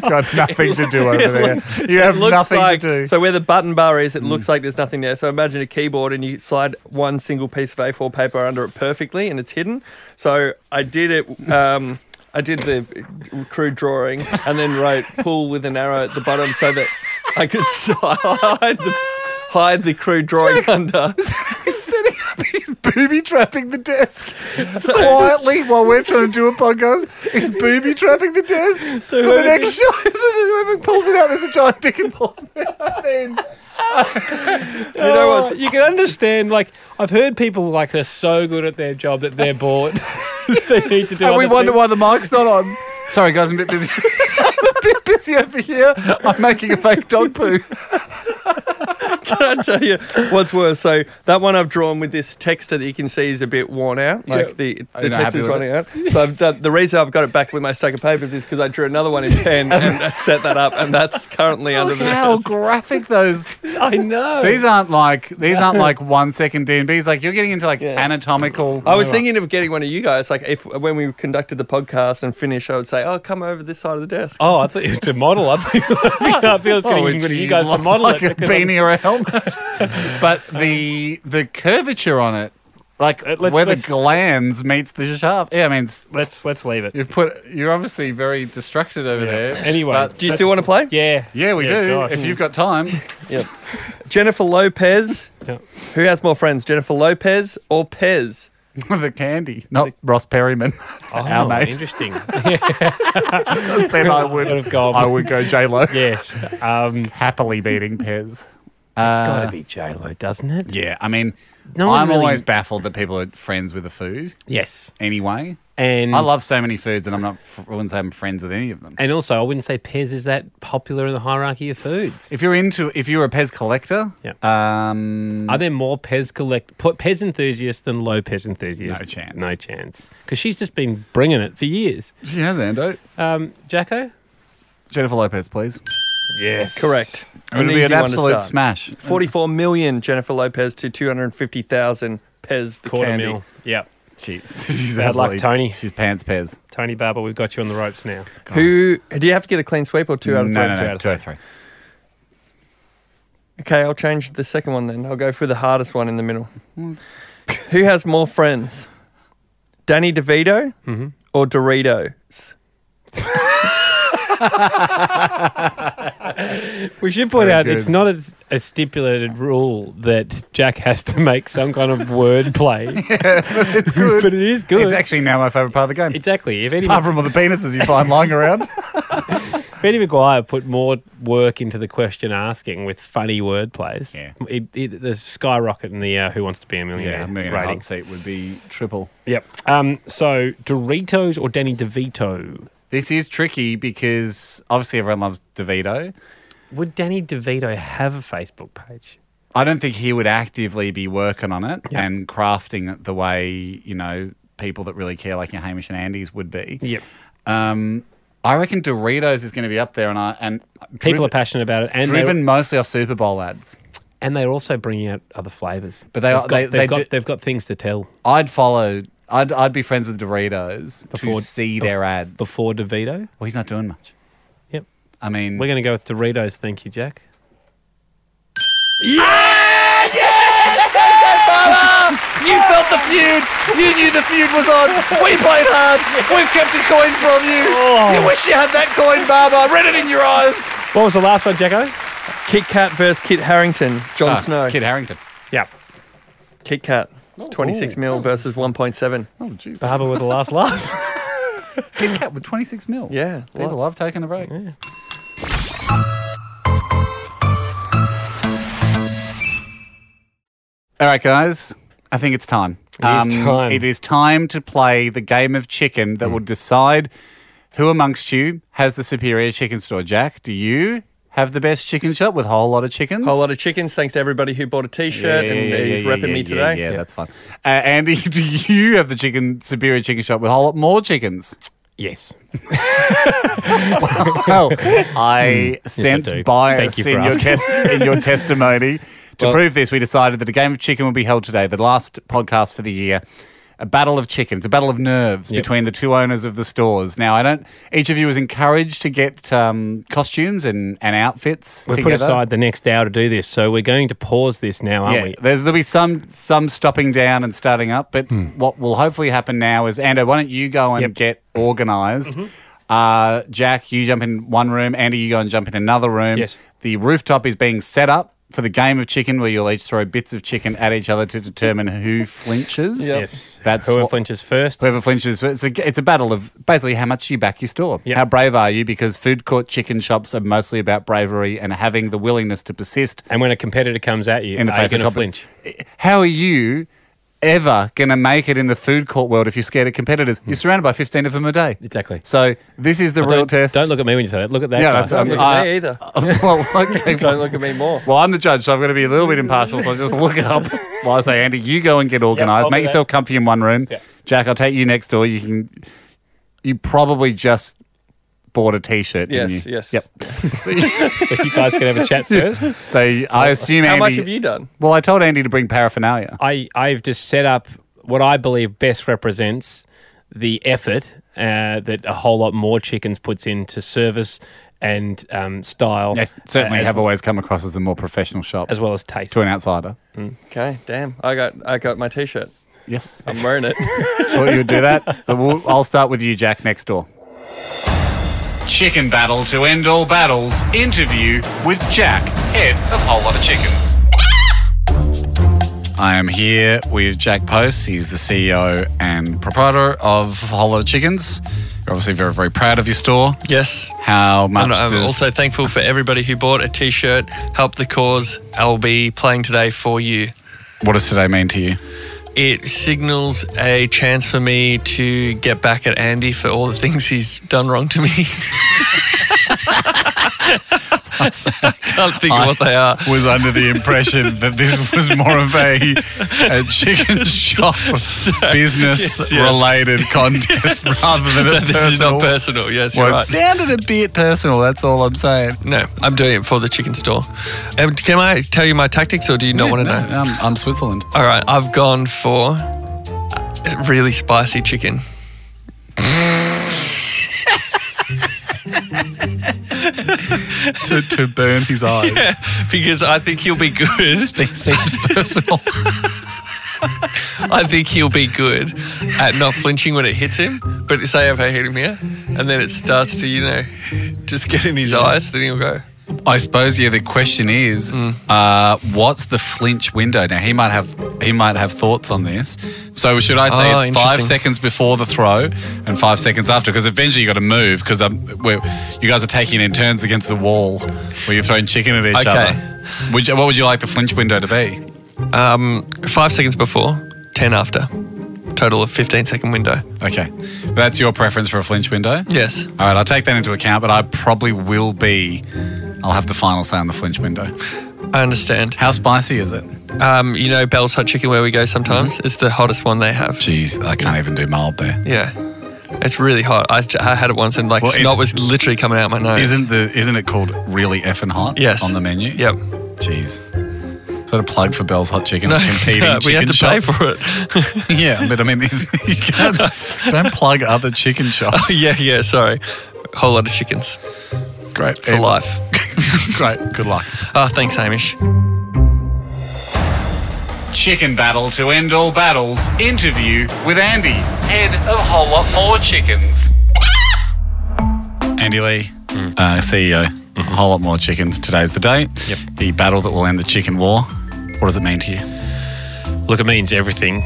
Speaker 4: Got nothing to do over there. You
Speaker 5: it
Speaker 4: have
Speaker 5: looks
Speaker 4: nothing
Speaker 5: like,
Speaker 4: to do. Hmm.
Speaker 5: So where the button bar is, it looks like there's nothing there. So imagine a keyboard and you slide one single piece of A4 paper under it perfectly, and it's hidden. So I did it. Um, I did the crude drawing and then wrote "pull" with an arrow at the bottom so that I could hide the hide the crude drawing under.
Speaker 4: He's sitting up, he's booby trapping the desk quietly while we're trying to do a podcast. He's booby trapping the desk for the
Speaker 3: whoever-
Speaker 4: next show. So whoever pulls it out, there's a giant dick and balls. I mean,
Speaker 3: you know
Speaker 4: Oh,
Speaker 3: what? You can understand. Like I've heard people like they're so good at their job that they're bored. they need to do.
Speaker 4: and we
Speaker 3: other
Speaker 4: wonder
Speaker 3: things.
Speaker 4: why the mic's not on. Sorry, guys, I'm a bit busy. I'm a bit busy over here. I'm making a fake dog poo.
Speaker 5: Can I tell you what's worse? So that one I've drawn with this texter that you can see is a bit worn out. Like
Speaker 3: Yeah.
Speaker 5: the
Speaker 4: Are
Speaker 5: the
Speaker 4: you not happy
Speaker 5: texter's
Speaker 4: with
Speaker 5: running out. So I've done, the reason I've got it back with my stack of papers is because I drew another one in pen and I set that up, and that's currently under
Speaker 4: Look
Speaker 5: the
Speaker 4: how
Speaker 5: desk.
Speaker 4: graphic those.
Speaker 3: I know.
Speaker 4: These aren't like these aren't like one second D and B's. Like you're getting into like
Speaker 5: Yeah.
Speaker 4: anatomical.
Speaker 5: I was thinking of getting one of you guys. Like if when we conducted the podcast and finished, I would say, "Oh, come over this side of the desk."
Speaker 3: Oh, I thought it's a model. I think I feel it's getting good at you guys to
Speaker 4: Oh, like,
Speaker 3: model
Speaker 4: like
Speaker 3: it.
Speaker 4: a
Speaker 3: because I'm-
Speaker 4: beanie or a helmet. but the the curvature on it, like
Speaker 3: Uh, let's-
Speaker 4: where the
Speaker 3: let's-
Speaker 4: glands meets the shaft. Yeah, I mean, it's-
Speaker 3: Let's let's leave it.
Speaker 4: you've put you're obviously very distracted over there.
Speaker 3: Anyway.
Speaker 4: but-
Speaker 5: Do you still want to play?
Speaker 3: yeah.
Speaker 4: Oh, yeah, we do.
Speaker 3: gosh.
Speaker 4: If you've got time,
Speaker 5: Yep. Jennifer Lopez.
Speaker 3: Yeah.
Speaker 5: Who has more friends, Jennifer Lopez or Pez?
Speaker 4: the candy, not Ross Perryman, our
Speaker 3: Oh,
Speaker 4: mate.
Speaker 3: Interesting.
Speaker 4: Then I
Speaker 3: Would
Speaker 4: would
Speaker 3: have gone.
Speaker 4: I would go J Lo,
Speaker 3: yeah. Um,
Speaker 4: happily beating Pez.
Speaker 3: gotta be J Lo, doesn't it?
Speaker 4: Yeah, I mean,
Speaker 3: No one
Speaker 4: I'm
Speaker 3: really-
Speaker 4: always baffled that people are friends with the food.
Speaker 3: Yes.
Speaker 4: Anyway,
Speaker 3: And
Speaker 4: I love so many foods, and I'm not. I wouldn't say I'm friends with any of them.
Speaker 3: And also, I wouldn't say Pez is that popular in the hierarchy of foods.
Speaker 4: If you're into, if you're a Pez collector,
Speaker 3: Yeah.
Speaker 4: um,
Speaker 3: Are there more Pez collect put Pez enthusiasts than low Pez enthusiasts?
Speaker 4: No chance.
Speaker 3: No chance. Because she's just been bringing it for years.
Speaker 4: she has Ando.
Speaker 3: Um, Jacko.
Speaker 4: Jennifer Lopez, please.
Speaker 3: Yes.
Speaker 5: Correct.
Speaker 4: It would
Speaker 5: An
Speaker 4: be an
Speaker 5: easy one to
Speaker 4: absolute
Speaker 5: start.
Speaker 4: smash.
Speaker 5: 44 million Jennifer Lopez to 250,000 Pez the
Speaker 3: Quarter
Speaker 5: candy.
Speaker 3: mil. Yeah.
Speaker 4: She's, she's
Speaker 3: Bad luck,
Speaker 4: absolutely-
Speaker 3: Tony.
Speaker 4: She's pants Pez.
Speaker 3: Tony Barber, we've got you on the ropes now.
Speaker 5: Who do you have to get a clean sweep or two
Speaker 4: No,
Speaker 5: out of
Speaker 4: no,
Speaker 5: three?
Speaker 4: no,
Speaker 3: two
Speaker 4: no,
Speaker 3: out of
Speaker 4: two out of three.
Speaker 5: Okay, I'll change the second one then. I'll go for the hardest one in the middle. Who has more friends, Danny DeVito
Speaker 4: Mm-hmm.
Speaker 5: or Doritos?
Speaker 3: We should point
Speaker 4: Very
Speaker 3: out
Speaker 4: good.
Speaker 3: it's not a, a stipulated rule that Jack has to make some kind of word play,
Speaker 4: It's good.
Speaker 3: but it is good.
Speaker 4: It's actually now my favourite part of the game.
Speaker 3: Exactly. If Eddie,
Speaker 4: Apart from all the penises you find lying around.
Speaker 3: if Eddie McGuire put more work into the question asking with funny word plays,
Speaker 4: Yeah.
Speaker 3: it, it, there's skyrocket in the uh, Who Wants to Be a Millionaire
Speaker 4: Yeah, million
Speaker 3: ratings.
Speaker 4: seat would be triple.
Speaker 3: Yep. Um, so Doritos or Danny DeVito?
Speaker 4: This is tricky because obviously everyone loves DeVito.
Speaker 3: Would Danny DeVito have a Facebook page?
Speaker 4: I don't think he would actively be working on it
Speaker 3: Yeah.
Speaker 4: and crafting it the way, you know, people that really care, like your Hamish and Andy's, would be.
Speaker 3: Yep.
Speaker 4: Um, I reckon Doritos is going to be up there, and I and
Speaker 3: People
Speaker 4: driven,
Speaker 3: are passionate about it, and they-
Speaker 4: driven mostly off Super Bowl ads.
Speaker 3: and they're also bringing out other flavors.
Speaker 4: But they
Speaker 3: they've
Speaker 4: are-
Speaker 3: got,
Speaker 4: they-
Speaker 3: have
Speaker 4: they
Speaker 3: got,
Speaker 4: ju-
Speaker 3: they've got things to tell
Speaker 4: I'd follow. I'd, I'd be friends with Doritos
Speaker 3: Before-
Speaker 4: to see
Speaker 3: bef-
Speaker 4: their ads.
Speaker 3: before DeVito.
Speaker 4: Well, he's not doing much.
Speaker 3: Yep.
Speaker 4: I mean,
Speaker 3: We're going to go with Doritos. Thank you, Jack.
Speaker 4: you felt the feud. You knew the feud was on. We played hard. We've kept a coin from you.
Speaker 3: Oh.
Speaker 4: You wish you had that coin, Barbara. Read it in your eyes.
Speaker 3: What was the last one, Jacko?
Speaker 5: Kit Kat versus Kit Harrington, Jon
Speaker 1: Ah,
Speaker 5: Snow.
Speaker 4: Ah, Kid Harrington.
Speaker 3: Yeah.
Speaker 5: Kit Kat, 26 mil
Speaker 1: Oh.
Speaker 5: versus 1.7.
Speaker 4: Oh, jeez.
Speaker 3: Barbara with the last laugh.
Speaker 4: Kit Kat with 26 mil.
Speaker 5: Yeah,
Speaker 4: People
Speaker 5: lots.
Speaker 4: love taking a break. All right, guys. I think it's time. It
Speaker 3: is time.
Speaker 4: It is time to play the game of chicken
Speaker 5: Hmm.
Speaker 4: that will decide who amongst you has the superior chicken store. Jack, do you have the best chicken shop with a whole lot of chickens?
Speaker 5: Whole lot of chickens. Thanks to everybody who bought a T-shirt and is repping me today.
Speaker 4: Yeah, that's fun. Uh, Andy, do you have the chicken superior chicken shop with a whole lot more chickens?
Speaker 3: yes.
Speaker 4: Well, I sense
Speaker 3: do.
Speaker 4: bias
Speaker 3: Hmm. Thank you for
Speaker 4: in your,
Speaker 3: asking.
Speaker 4: test, in your testimony. To
Speaker 3: Well-
Speaker 4: prove this, we decided that a game of chicken will be held today, the last podcast for the year. A battle of chickens, a battle of nerves
Speaker 3: Yep.
Speaker 4: between the two owners of the stores. Now, I don't. Each of you is encouraged to get um, costumes and, and outfits.
Speaker 3: We've put
Speaker 4: together.
Speaker 3: aside the next hour to do this, so we're going to pause this now, aren't
Speaker 4: Yeah,
Speaker 3: we?
Speaker 4: there's, there'll be some some stopping down and starting up, but what will hopefully happen now is, Ando, why don't you go and
Speaker 3: Hmm. Yep. Mm-hmm.
Speaker 4: get organized Uh, Jack, you jump in one room. Andy, you go and jump in another room.
Speaker 3: Yes.
Speaker 4: The rooftop is being set up for the game of chicken, where you'll each throw bits of chicken at each other to determine who flinches.
Speaker 5: Yep.
Speaker 3: Yes.
Speaker 4: That's
Speaker 3: Whoever
Speaker 4: what-
Speaker 3: flinches first.
Speaker 4: Whoever flinches, it's a, it's a battle of basically how much you back your store.
Speaker 3: Yep.
Speaker 4: How brave are you? Because food court chicken shops are mostly about bravery and having the willingness to persist
Speaker 3: And when a competitor comes at you,
Speaker 4: in the
Speaker 3: are
Speaker 4: face
Speaker 3: you
Speaker 4: of
Speaker 3: going to
Speaker 4: comp-
Speaker 3: flinch?
Speaker 4: How are you ever going to make it in the food court world if you're scared of competitors? You're
Speaker 5: Hmm.
Speaker 4: surrounded by 15 of them a day.
Speaker 3: Exactly.
Speaker 4: So this is the
Speaker 3: Well,
Speaker 4: real
Speaker 3: don't,
Speaker 4: test.
Speaker 3: Don't look at me when you say that. Look at that.
Speaker 4: Yeah,
Speaker 3: guy.
Speaker 4: that's
Speaker 5: Don't
Speaker 4: Um,
Speaker 5: look
Speaker 4: uh,
Speaker 5: at me either.
Speaker 4: well, okay.
Speaker 5: Don't look at me more.
Speaker 4: Well, I'm the judge, so I've got to be a little bit impartial. So I'll just look it up while I say, Andy, you go and get organised.
Speaker 3: I'll
Speaker 4: Make
Speaker 3: do that.
Speaker 4: yourself comfy in one room. Jack, I'll take you next door. You can. You probably just bought a T-shirt, didn't
Speaker 5: Yes,
Speaker 4: you?
Speaker 5: yes.
Speaker 4: Yep. so you-
Speaker 3: So you guys can have a chat first.
Speaker 4: so I assume
Speaker 5: How
Speaker 4: Andy.
Speaker 5: much have you done?
Speaker 4: Well, I told Andy to bring paraphernalia.
Speaker 3: I, I've just set up what I believe best represents the effort uh, that a whole lot more chickens puts into service and um, style,
Speaker 4: Yes, certainly
Speaker 3: as,
Speaker 4: have always come across as a more professional shop
Speaker 3: as well as taste.
Speaker 4: to an outsider.
Speaker 5: Okay, damn. I got I got my T-shirt.
Speaker 4: Yes, I
Speaker 5: I'm wearing it.
Speaker 4: thought you would do that. So we'll, I'll start with you, Jack, next door. Chicken battle to end all battles. Interview with Jack, head of Whole Lot of Chickens. I am here with Jack Post. He's the CEO and proprietor of Whole Lot of Chickens. You're obviously very, very proud of your store.
Speaker 5: yes.
Speaker 4: How much
Speaker 5: I'm, I'm
Speaker 4: does
Speaker 5: um, also thankful for everybody who bought a T-shirt. Help the cause. I'll be playing today for you.
Speaker 4: what does today mean to you?
Speaker 5: It signals a chance for me to get back at Andy for all the things he's done wrong to me. Can't think of what they are.
Speaker 4: was under the impression that this was more of a, a chicken shop business
Speaker 5: yes, yes.
Speaker 4: related contest rather than a
Speaker 5: this is
Speaker 4: personal.
Speaker 5: not personal. Yes, you're
Speaker 4: well, it
Speaker 5: right.
Speaker 4: sounded a bit personal. That's all I'm saying.
Speaker 5: No, I'm doing it for the chicken store. Um, can I tell you my tactics, or do you not want to know?
Speaker 4: I'm, I'm Switzerland.
Speaker 5: All right, I've gone for uh, really spicy chicken.
Speaker 4: to, to burn his eyes.
Speaker 5: because I think he'll be good.
Speaker 4: Seems personal.
Speaker 5: I think he'll be good at not flinching when it hits him. But say if I hit him here, and then it starts to, you know, just get in his eyes, then he'll go.
Speaker 7: I suppose yeah. The question is,
Speaker 5: Mm.
Speaker 7: uh, what's the flinch window? Now he might have he might have thoughts on this. So should I say
Speaker 5: Oh,
Speaker 7: it's five
Speaker 5: interesting.
Speaker 7: seconds before the throw and five seconds after? Because eventually you got to move because you guys are taking in turns against the wall where you're throwing chicken at each
Speaker 5: Okay.
Speaker 7: other. Would you, what would you like the flinch window to be?
Speaker 5: Um, five seconds before, ten after. Total of 15 second window.
Speaker 7: Okay, that's your preference for a flinch window.
Speaker 5: Yes.
Speaker 7: All right, I'll take that into account, but I probably will be. I'll have the final say on the flinch window.
Speaker 5: I understand.
Speaker 7: How spicy is it?
Speaker 5: Um, you know Bell's Hot Chicken where we go sometimes? It's the hottest one they have.
Speaker 7: Jeez, I can't even do mild there.
Speaker 5: Yeah. It's really hot. I, I had it once and like
Speaker 7: Well,
Speaker 5: snot
Speaker 7: it's-
Speaker 5: was literally coming out my nose.
Speaker 7: Isn't the isn't it called really effing hot?
Speaker 5: Yes.
Speaker 7: On the menu.
Speaker 5: Yep.
Speaker 7: Jeez.
Speaker 4: Is that a plug for Bell's Hot Chicken?
Speaker 5: No,
Speaker 4: or competing
Speaker 5: no, we
Speaker 4: chicken
Speaker 5: have to
Speaker 4: shop?
Speaker 5: pay for it.
Speaker 4: yeah, but I mean, these, you can't, don't plug other chicken shops.
Speaker 5: yeah, yeah, sorry. Whole lot of chickens
Speaker 4: Great.
Speaker 5: for life.
Speaker 4: Great. Good luck.
Speaker 5: Oh, thanks, Hamish.
Speaker 8: Chicken Battle to End All Battles interview with Andy, head of Whole Lot More Chickens.
Speaker 4: Andy Lee,
Speaker 5: Hmm.
Speaker 4: uh, CEO, a
Speaker 5: Mm-hmm.
Speaker 4: whole lot more chickens. Today's the day. Yep. The battle that will end the chicken war. What does it mean to you?
Speaker 3: Look, it means everything.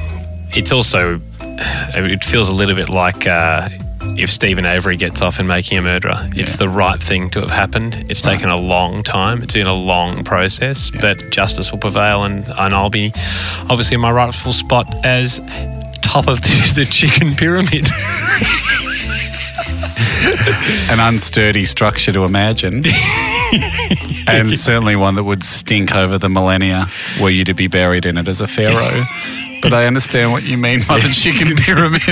Speaker 3: It's also, it feels a little bit like uh, if Stephen Avery gets off in making a murderer. It's the right thing to have happened. It's taken a long time. It's been a long process, but justice will prevail, and, and I'll be obviously in my rightful spot as top of the, the chicken pyramid.
Speaker 4: An unsturdy structure to imagine. and certainly one that would stink over the millennia were you to be buried in it as a pharaoh. but I understand what you mean by the chicken pyramid.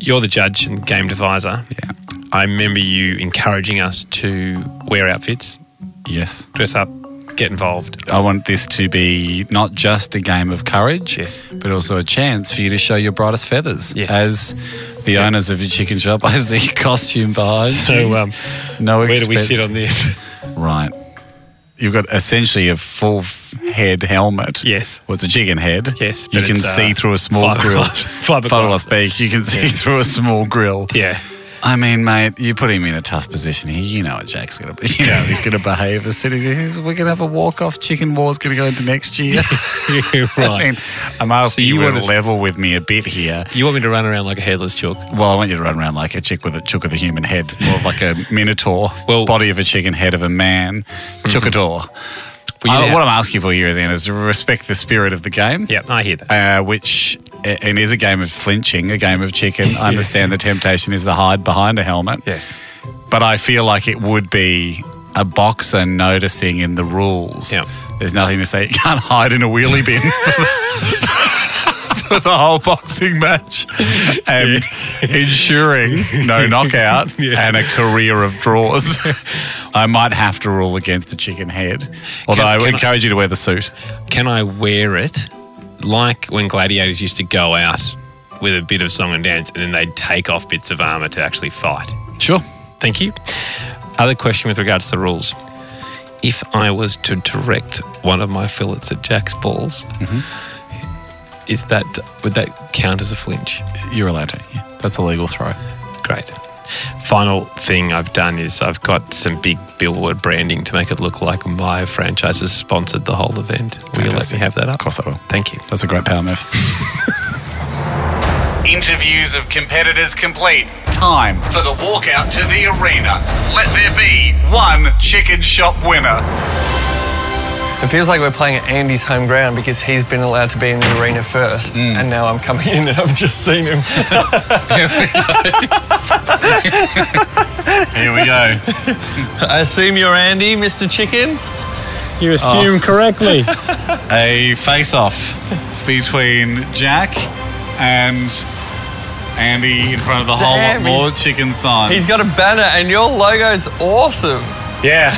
Speaker 3: You're the judge and game divisor.
Speaker 4: Yeah.
Speaker 3: I remember you encouraging us to wear outfits,
Speaker 4: yes.
Speaker 3: dress up, get involved.
Speaker 4: I want this to be not just a game of courage,
Speaker 3: Yes.
Speaker 4: but also a chance for you to show your brightest feathers
Speaker 3: Yes.
Speaker 4: as the owners of your chicken shop, as the costume buyers.
Speaker 3: So, um,
Speaker 4: no
Speaker 3: Where do we
Speaker 4: expense.
Speaker 3: sit on this?
Speaker 4: Right. You've got essentially a full f- head helmet.
Speaker 3: Yes.
Speaker 4: Well, it's a chicken head.
Speaker 3: Yes,
Speaker 4: You
Speaker 3: but
Speaker 4: can
Speaker 3: it's, uh,
Speaker 4: see through a small
Speaker 3: fiberglass-
Speaker 4: grill.
Speaker 3: fiberglass.
Speaker 4: Fiberglass beak. You can see through a small grill.
Speaker 3: Yeah.
Speaker 4: I mean, mate, you put him in a tough position here. You know what Jack's going to be. You know he's going to behave as soon as he's. We're going to have a walk off. Chicken war's going to go into next year. I mean, I'm asking
Speaker 3: you
Speaker 4: you,
Speaker 3: want
Speaker 4: to
Speaker 3: us-
Speaker 4: level with me a bit here.
Speaker 3: You want me to run around like a headless chook?
Speaker 4: Well, I want you to run around like a chick with a chook with a human head, more of like a minotaur,
Speaker 3: Well- Mm-hmm.
Speaker 4: body of a chicken, head of a man, chookator.
Speaker 3: Well, you
Speaker 4: I-
Speaker 3: know-
Speaker 4: what I'm asking for here, Ian, is to respect the spirit of the game.
Speaker 3: Yeah, I hear that.
Speaker 4: Uh, which and is a game of flinching, a game of chicken. I understand the temptation is to hide behind a helmet.
Speaker 3: Yes.
Speaker 4: But I feel like it would be a boxer noticing in the rules.
Speaker 3: Yeah.
Speaker 4: There's nothing to say you can't hide in a wheelie bin for the, for the whole boxing match. And ensuring no knockout and a career of draws. I might have to rule against a chicken head. Although I would
Speaker 3: can I-
Speaker 4: encourage you to wear the suit.
Speaker 3: Can I wear it like when gladiators used to go out with a bit of song and dance and then they'd take off bits of armor to actually fight?
Speaker 4: Sure.
Speaker 3: Thank you. Other question with regards to the rules. If I was to direct one of my fillets at Jack's balls, is that would that count as a flinch?
Speaker 4: You're allowed to. Yeah, that's a legal throw.
Speaker 3: Great. Final thing I've done is I've got some big billboard branding to make it look like my franchise has sponsored the whole event. Will you let me
Speaker 4: Fantastic.
Speaker 3: have that up?
Speaker 4: Of course I will.
Speaker 3: Thank you.
Speaker 4: That's a great power move.
Speaker 8: Interviews of competitors complete. Time for the walkout to the arena. Let there be one chicken shop winner.
Speaker 5: It feels like we're playing at Andy's home ground because he's been allowed to be in the arena first, and now I'm coming in and I've just seen him.
Speaker 4: Here we go.
Speaker 5: I assume you're Andy, Mr. Chicken.
Speaker 9: You assume
Speaker 3: Oh.
Speaker 9: correctly.
Speaker 4: a face off between Jack and Andy in front of the whole
Speaker 5: Damn,
Speaker 4: lot more
Speaker 5: he's-
Speaker 4: chicken signs.
Speaker 5: He's got a banner, and your logo's awesome.
Speaker 9: yeah.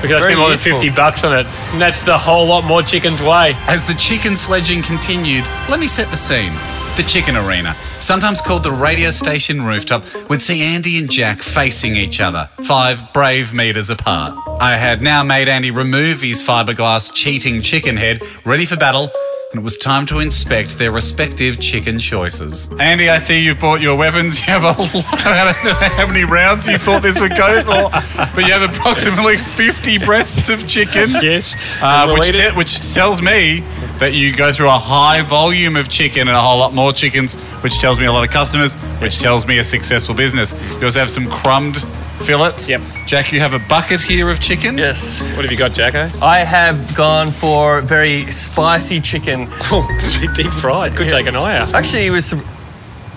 Speaker 9: Because I
Speaker 5: Very
Speaker 9: spent more than
Speaker 5: useful.
Speaker 9: 50 bucks on it. And that's the whole lot more chicken's way.
Speaker 4: As the chicken sledging continued, let me set the scene. The chicken arena, sometimes called the radio station rooftop, would see Andy and Jack facing each other, five brave meters apart. I had now made Andy remove his fiberglass cheating chicken head, ready for battle, and it was time to inspect their respective chicken choices. Andy, I see you've bought your weapons. You have a lot. I don't know how many rounds you thought this would go for, but you have approximately 50 breasts of chicken.
Speaker 9: Yes.
Speaker 4: Uh, which,
Speaker 9: related-
Speaker 4: te- which tells me that you go through a high volume of chicken and a whole lot more chickens, which tells me a lot of customers, which tells me a successful business. You also have some crumbed fillets.
Speaker 9: Yep.
Speaker 4: Jack, you have a bucket here of chicken.
Speaker 5: Yes.
Speaker 9: what have you got, Jacko?
Speaker 5: I have gone for very spicy chicken.
Speaker 9: Oh, deep fried. Could take an eye out.
Speaker 5: Actually, it was sur-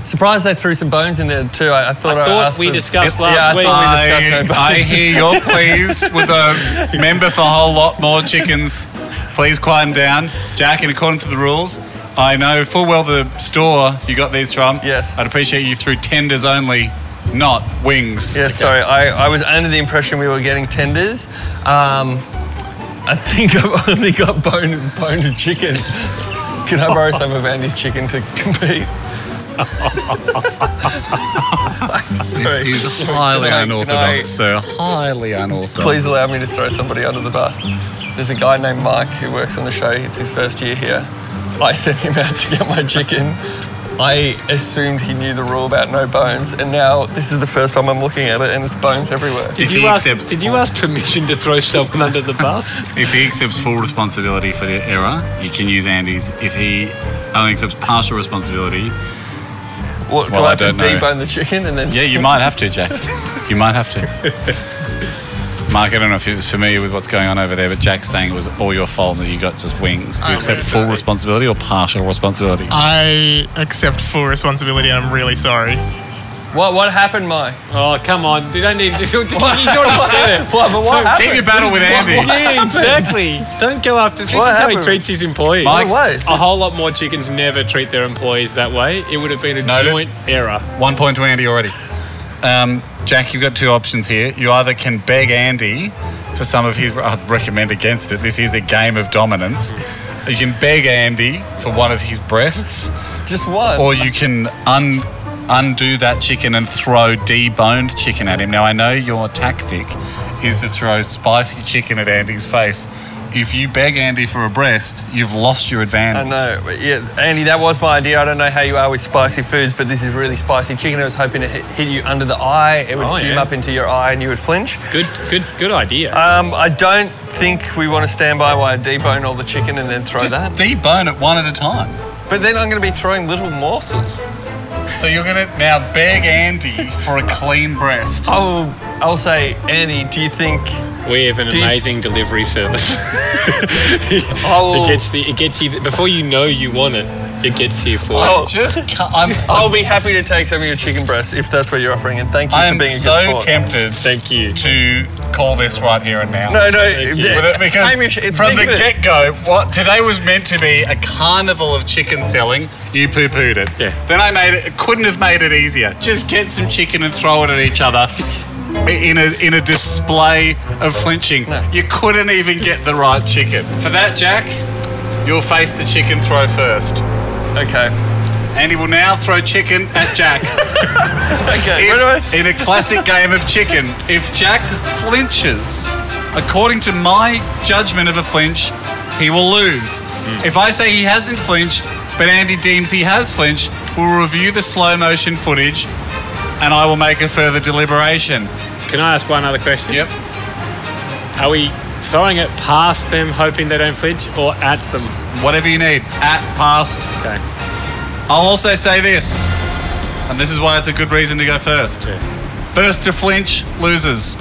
Speaker 5: surprised they threw some bones in there too. I, I thought
Speaker 9: I thought
Speaker 5: asked
Speaker 9: we
Speaker 5: for-
Speaker 9: discussed
Speaker 5: Yeah,
Speaker 9: last
Speaker 5: I
Speaker 9: week.
Speaker 5: thought we discussed no
Speaker 4: I,
Speaker 5: bones.
Speaker 4: I hear you're pleased with a member for a whole lot more chickens. Please quieten down. Jack, in accordance with the rules, I know full well the store you got these from.
Speaker 5: Yes.
Speaker 4: I'd appreciate you through tenders only, not wings.
Speaker 5: Yeah, sorry. I, I was under the impression we were getting tenders. Um, I think I've only got bone boned chicken. Can I borrow some of Andy's chicken to compete?
Speaker 4: This
Speaker 5: Sorry.
Speaker 4: is highly
Speaker 5: Can I-
Speaker 4: unorthodox,
Speaker 5: can I-
Speaker 4: sir. Highly unorthodox.
Speaker 5: Please allow me to throw somebody under the bus. There's a guy named Mike who works on the show. It's his first year here. I sent him out to get my chicken. I assumed he knew the rule about no bones, and now this is the first time I'm looking at it, and it's bones everywhere.
Speaker 4: If he, accepts full,
Speaker 10: ask permission to throw someone under the bus?
Speaker 4: if he accepts full responsibility for the error, you can use Andy's. If he only accepts partial responsibility,
Speaker 5: What, do
Speaker 4: Well,
Speaker 5: I
Speaker 4: I
Speaker 5: have to
Speaker 4: don't know.
Speaker 5: debone the chicken and then?
Speaker 4: yeah, you might have to, Jack. You might have to. Mark, I don't know if you're familiar with what's going on over there, but Jack's saying it was all your fault that you got just wings. Do you
Speaker 11: I
Speaker 4: accept
Speaker 11: read
Speaker 4: full
Speaker 11: that.
Speaker 4: responsibility or partial responsibility?
Speaker 11: I accept full responsibility and I'm really sorry.
Speaker 5: What what happened, Mike?
Speaker 10: Oh, come on. You don't need He's already said it.
Speaker 5: What? But what happened?
Speaker 4: Keep your battle with Andy.
Speaker 10: Yeah, exactly. Don't go after this.
Speaker 5: What
Speaker 10: is how
Speaker 5: happened?
Speaker 10: he treats his employees.
Speaker 5: Mike's- What?
Speaker 10: a whole lot more chickens never treat their employees that way. It would have been a
Speaker 4: Noted.
Speaker 10: joint error.
Speaker 4: One point to Andy already. Um, Jack, you've got two options here. You either can beg Andy for some of his. I'd recommend against it. This is a game of dominance. You can beg Andy for one of his breasts,
Speaker 5: Just one.
Speaker 4: or you can un, undo that chicken and throw deboned chicken at him. Now, I know your tactic is to throw spicy chicken at Andy's face. If you beg Andy for a breast, you've lost your
Speaker 5: I
Speaker 4: advantage.
Speaker 5: know. but Yeah, Andy, that was my idea. I don't know how you are with spicy foods, but this is really spicy chicken. I was hoping to hit, hit you under the eye. It would
Speaker 10: Oh,
Speaker 5: fume
Speaker 10: yeah.
Speaker 5: up into your eye and you would flinch.
Speaker 10: Good, good, good idea.
Speaker 11: Uh,
Speaker 5: Um, I don't think we want to stand by while I debone all the chicken and then throw
Speaker 4: Just
Speaker 5: that.
Speaker 4: debone it one at a time.
Speaker 5: but then I'm going to be throwing little morsels.
Speaker 4: So you're gonna now beg Andy for a clean breast.
Speaker 5: I will. I'll say, Andy, do you think
Speaker 10: we have an
Speaker 5: Dis-
Speaker 10: amazing delivery service.
Speaker 5: I will?
Speaker 11: Oh.
Speaker 10: It gets the, it gets you before you know you want it. It gets here for
Speaker 5: Oh.
Speaker 10: you.
Speaker 4: I just ca- I'm
Speaker 5: I'll be happy to take some of your chicken breasts if that's what you're offering, and thank you
Speaker 4: I
Speaker 5: for
Speaker 4: am
Speaker 5: being a good
Speaker 4: so
Speaker 5: sport.
Speaker 11: Oh.
Speaker 4: tempted
Speaker 10: Thank you.
Speaker 4: to call this right here and now.
Speaker 5: no, no,
Speaker 10: Thank you.
Speaker 5: yeah,
Speaker 4: With it, because
Speaker 5: Hamish, it's
Speaker 4: from
Speaker 5: bigger
Speaker 4: the
Speaker 5: than-
Speaker 4: get go, what today was meant to be a carnival of chicken selling, you poo pooed it.
Speaker 10: Yeah.
Speaker 4: Then I made it, couldn't have made it easier. Just get some chicken and throw it at each other. In a, in a display of flinching. You couldn't even get the right chicken. For that, Jack, you'll face the chicken throw first.
Speaker 5: Okay.
Speaker 4: Andy will now throw chicken at Jack.
Speaker 5: Okay. What do I-
Speaker 4: if, in a classic game of chicken, if Jack flinches, according to my judgment of a flinch, he will lose. If I say he hasn't flinched, but Andy deems he has flinched, we'll review the slow motion footage and I will make a further deliberation.
Speaker 10: Can I ask one other question?
Speaker 4: Yep.
Speaker 10: Are we throwing it past them, hoping they don't flinch, or at them?
Speaker 4: Whatever you need. At, past.
Speaker 10: Okay.
Speaker 4: I'll also say this, and this is why it's a good reason to go first. First to flinch loses.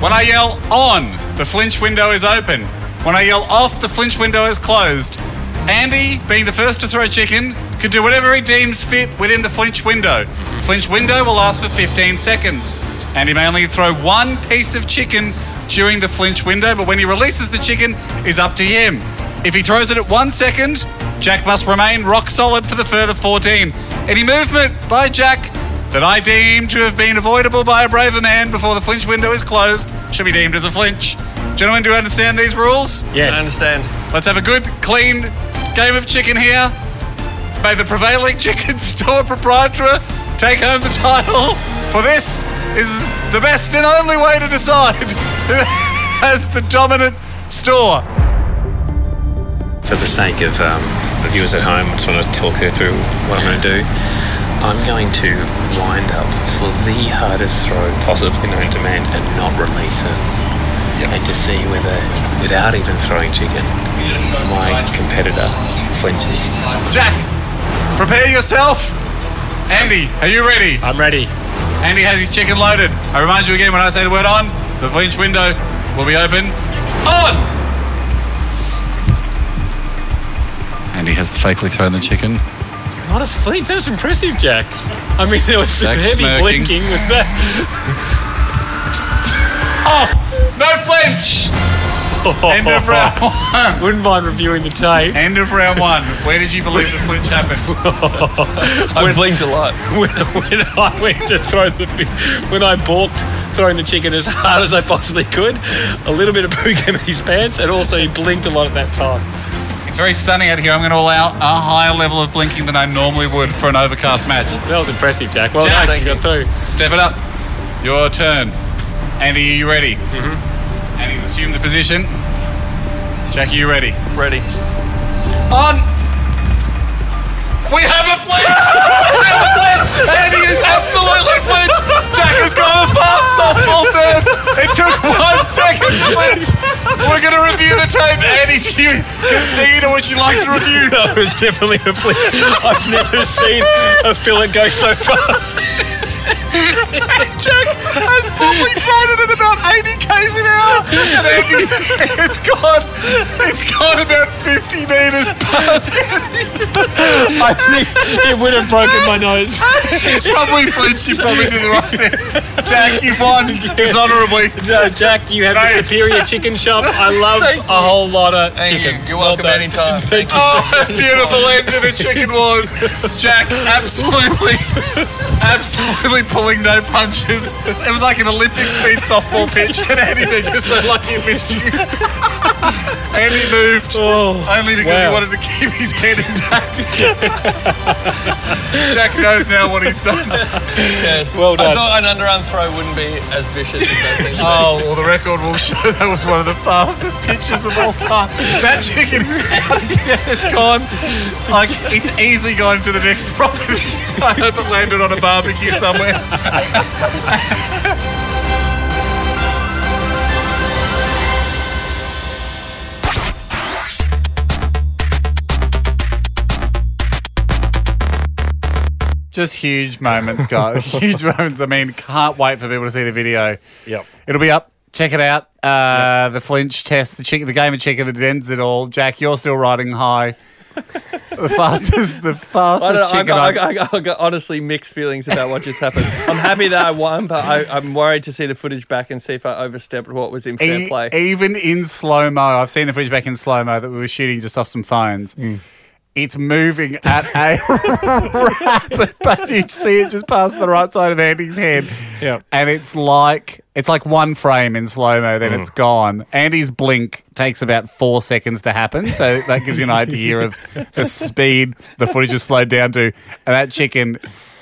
Speaker 4: When I yell on, the flinch window is open. When I yell off, the flinch window is closed. Andy, being the first to throw chicken, can do whatever he deems fit within the flinch window. Flinch window will last for 15 seconds. Andy may only throw one piece of chicken during the flinch window, but when he releases the chicken, is up to him. If he throws it at one second, Jack must remain rock solid for the further 14. Any movement by Jack that I deem to have been avoidable by a braver man before the flinch window is closed should be deemed as a flinch. Gentlemen, do you understand these rules?
Speaker 10: Yes.
Speaker 5: I understand.
Speaker 4: Let's have a good, clean game of chicken here. May the prevailing chicken store proprietor take home the title, for this is the best and only way to decide who has the dominant store.
Speaker 10: for the sake of um, the viewers at home, I just want to talk her through what I'm going to do. I'm going to wind up for the hardest throw possibly known to man and not release it. And to see whether, without even throwing chicken, my competitor flinches.
Speaker 4: Jack, prepare yourself. Andy, are you ready?
Speaker 10: I'm ready.
Speaker 4: Andy has his chicken loaded. I remind you again when I say the word on, the flinch window will be open. On! Andy has fakely thrown the chicken.
Speaker 10: Not a flinch. That was impressive, Jack. I mean, there was some
Speaker 4: Jack's
Speaker 10: heavy
Speaker 4: smirking.
Speaker 10: blinking. Was that?
Speaker 4: Off! No flinch! End of round one.
Speaker 10: Wouldn't mind reviewing the tape.
Speaker 4: End of round one. Where did you believe the flinch happened?
Speaker 5: I blinked a lot.
Speaker 10: when, when I went to throw the when I balked
Speaker 5: throwing the chicken as hard as I possibly could. A little bit of poo came in his pants, and also he blinked a lot at that time.
Speaker 4: It's very sunny out here. I'm going to allow a higher level of blinking than I normally would for an overcast match.
Speaker 5: That was impressive, Jack. Well
Speaker 4: Jack,
Speaker 5: done, you got through.
Speaker 4: Step it up. Your turn. Andy, are you ready? Mm-hmm. Andy's assumed the position. Jack, are you ready?
Speaker 12: Ready.
Speaker 4: On. We have a flinch! we have a flinch! Andy is absolutely flinched! Jack has gone a fast softball serve! It took one second to flinch! We're going to review the tape. Andy, do you concede or would you like to review?
Speaker 5: That was definitely a flick. I've never seen a fillet go so far.
Speaker 4: Jack has probably thrown it at about 80 k's an hour, and Andy's, it's gone. It's gone about 50 meters past.
Speaker 5: I think it would have broken my nose.
Speaker 4: probably flinched. You probably did the right thing. Jack, you've won dishonorably.
Speaker 5: No, Jack, you have
Speaker 4: Nice.
Speaker 5: the superior chicken shop. I love a whole lot of
Speaker 12: you.
Speaker 5: chickens.
Speaker 12: You're
Speaker 5: Well
Speaker 12: welcome
Speaker 5: done.
Speaker 12: anytime.
Speaker 5: Thank you.
Speaker 4: Oh, a beautiful end to the chicken wars. Jack absolutely, absolutely pulling no punches. It was like an Olympic speed softball pitch, and Andy said, "You're so lucky it missed you." Andy moved only because he
Speaker 5: Oh, wow.
Speaker 4: wanted to keep his head intact. Jack knows now what he's done.
Speaker 12: Yes.
Speaker 5: Well
Speaker 12: I
Speaker 5: done.
Speaker 12: thought an underarm throw wouldn't be as vicious as that thing.
Speaker 4: Oh, well, the record will show that was one of the fastest pitches of all time. That chicken is out of here. It's gone. Like, it's easily gone to the next property. I hope it landed on a barbecue somewhere. Just huge moments, guys. huge moments. I mean, can't wait for people to see the video.
Speaker 10: Yep.
Speaker 4: It'll be up. Check it out. Uh, The flinch test, the chick, the game of chicken that ends it all. Jack, you're still riding high. the fastest, the
Speaker 12: I don't know,
Speaker 4: fastest
Speaker 12: I
Speaker 4: chicken.
Speaker 12: got, I,
Speaker 4: I've-
Speaker 12: got, I, got, I got honestly mixed feelings about what just happened. I'm happy that I won, but I, I'm worried to see the footage back and see if I overstepped what was in fair
Speaker 4: E-
Speaker 12: play.
Speaker 4: Even in slow mo, I've seen the footage back in slow mo that we were shooting just off some phones.
Speaker 10: Mm.
Speaker 4: It's moving at a rapid pace. You see it just past the right side of Andy's head,
Speaker 10: Yep.
Speaker 4: and it's like it's like one frame in slow mo, then
Speaker 10: Mm.
Speaker 4: it's gone. Andy's blink takes about four seconds to happen, so that gives you an idea of the speed the footage is slowed down to, and that chicken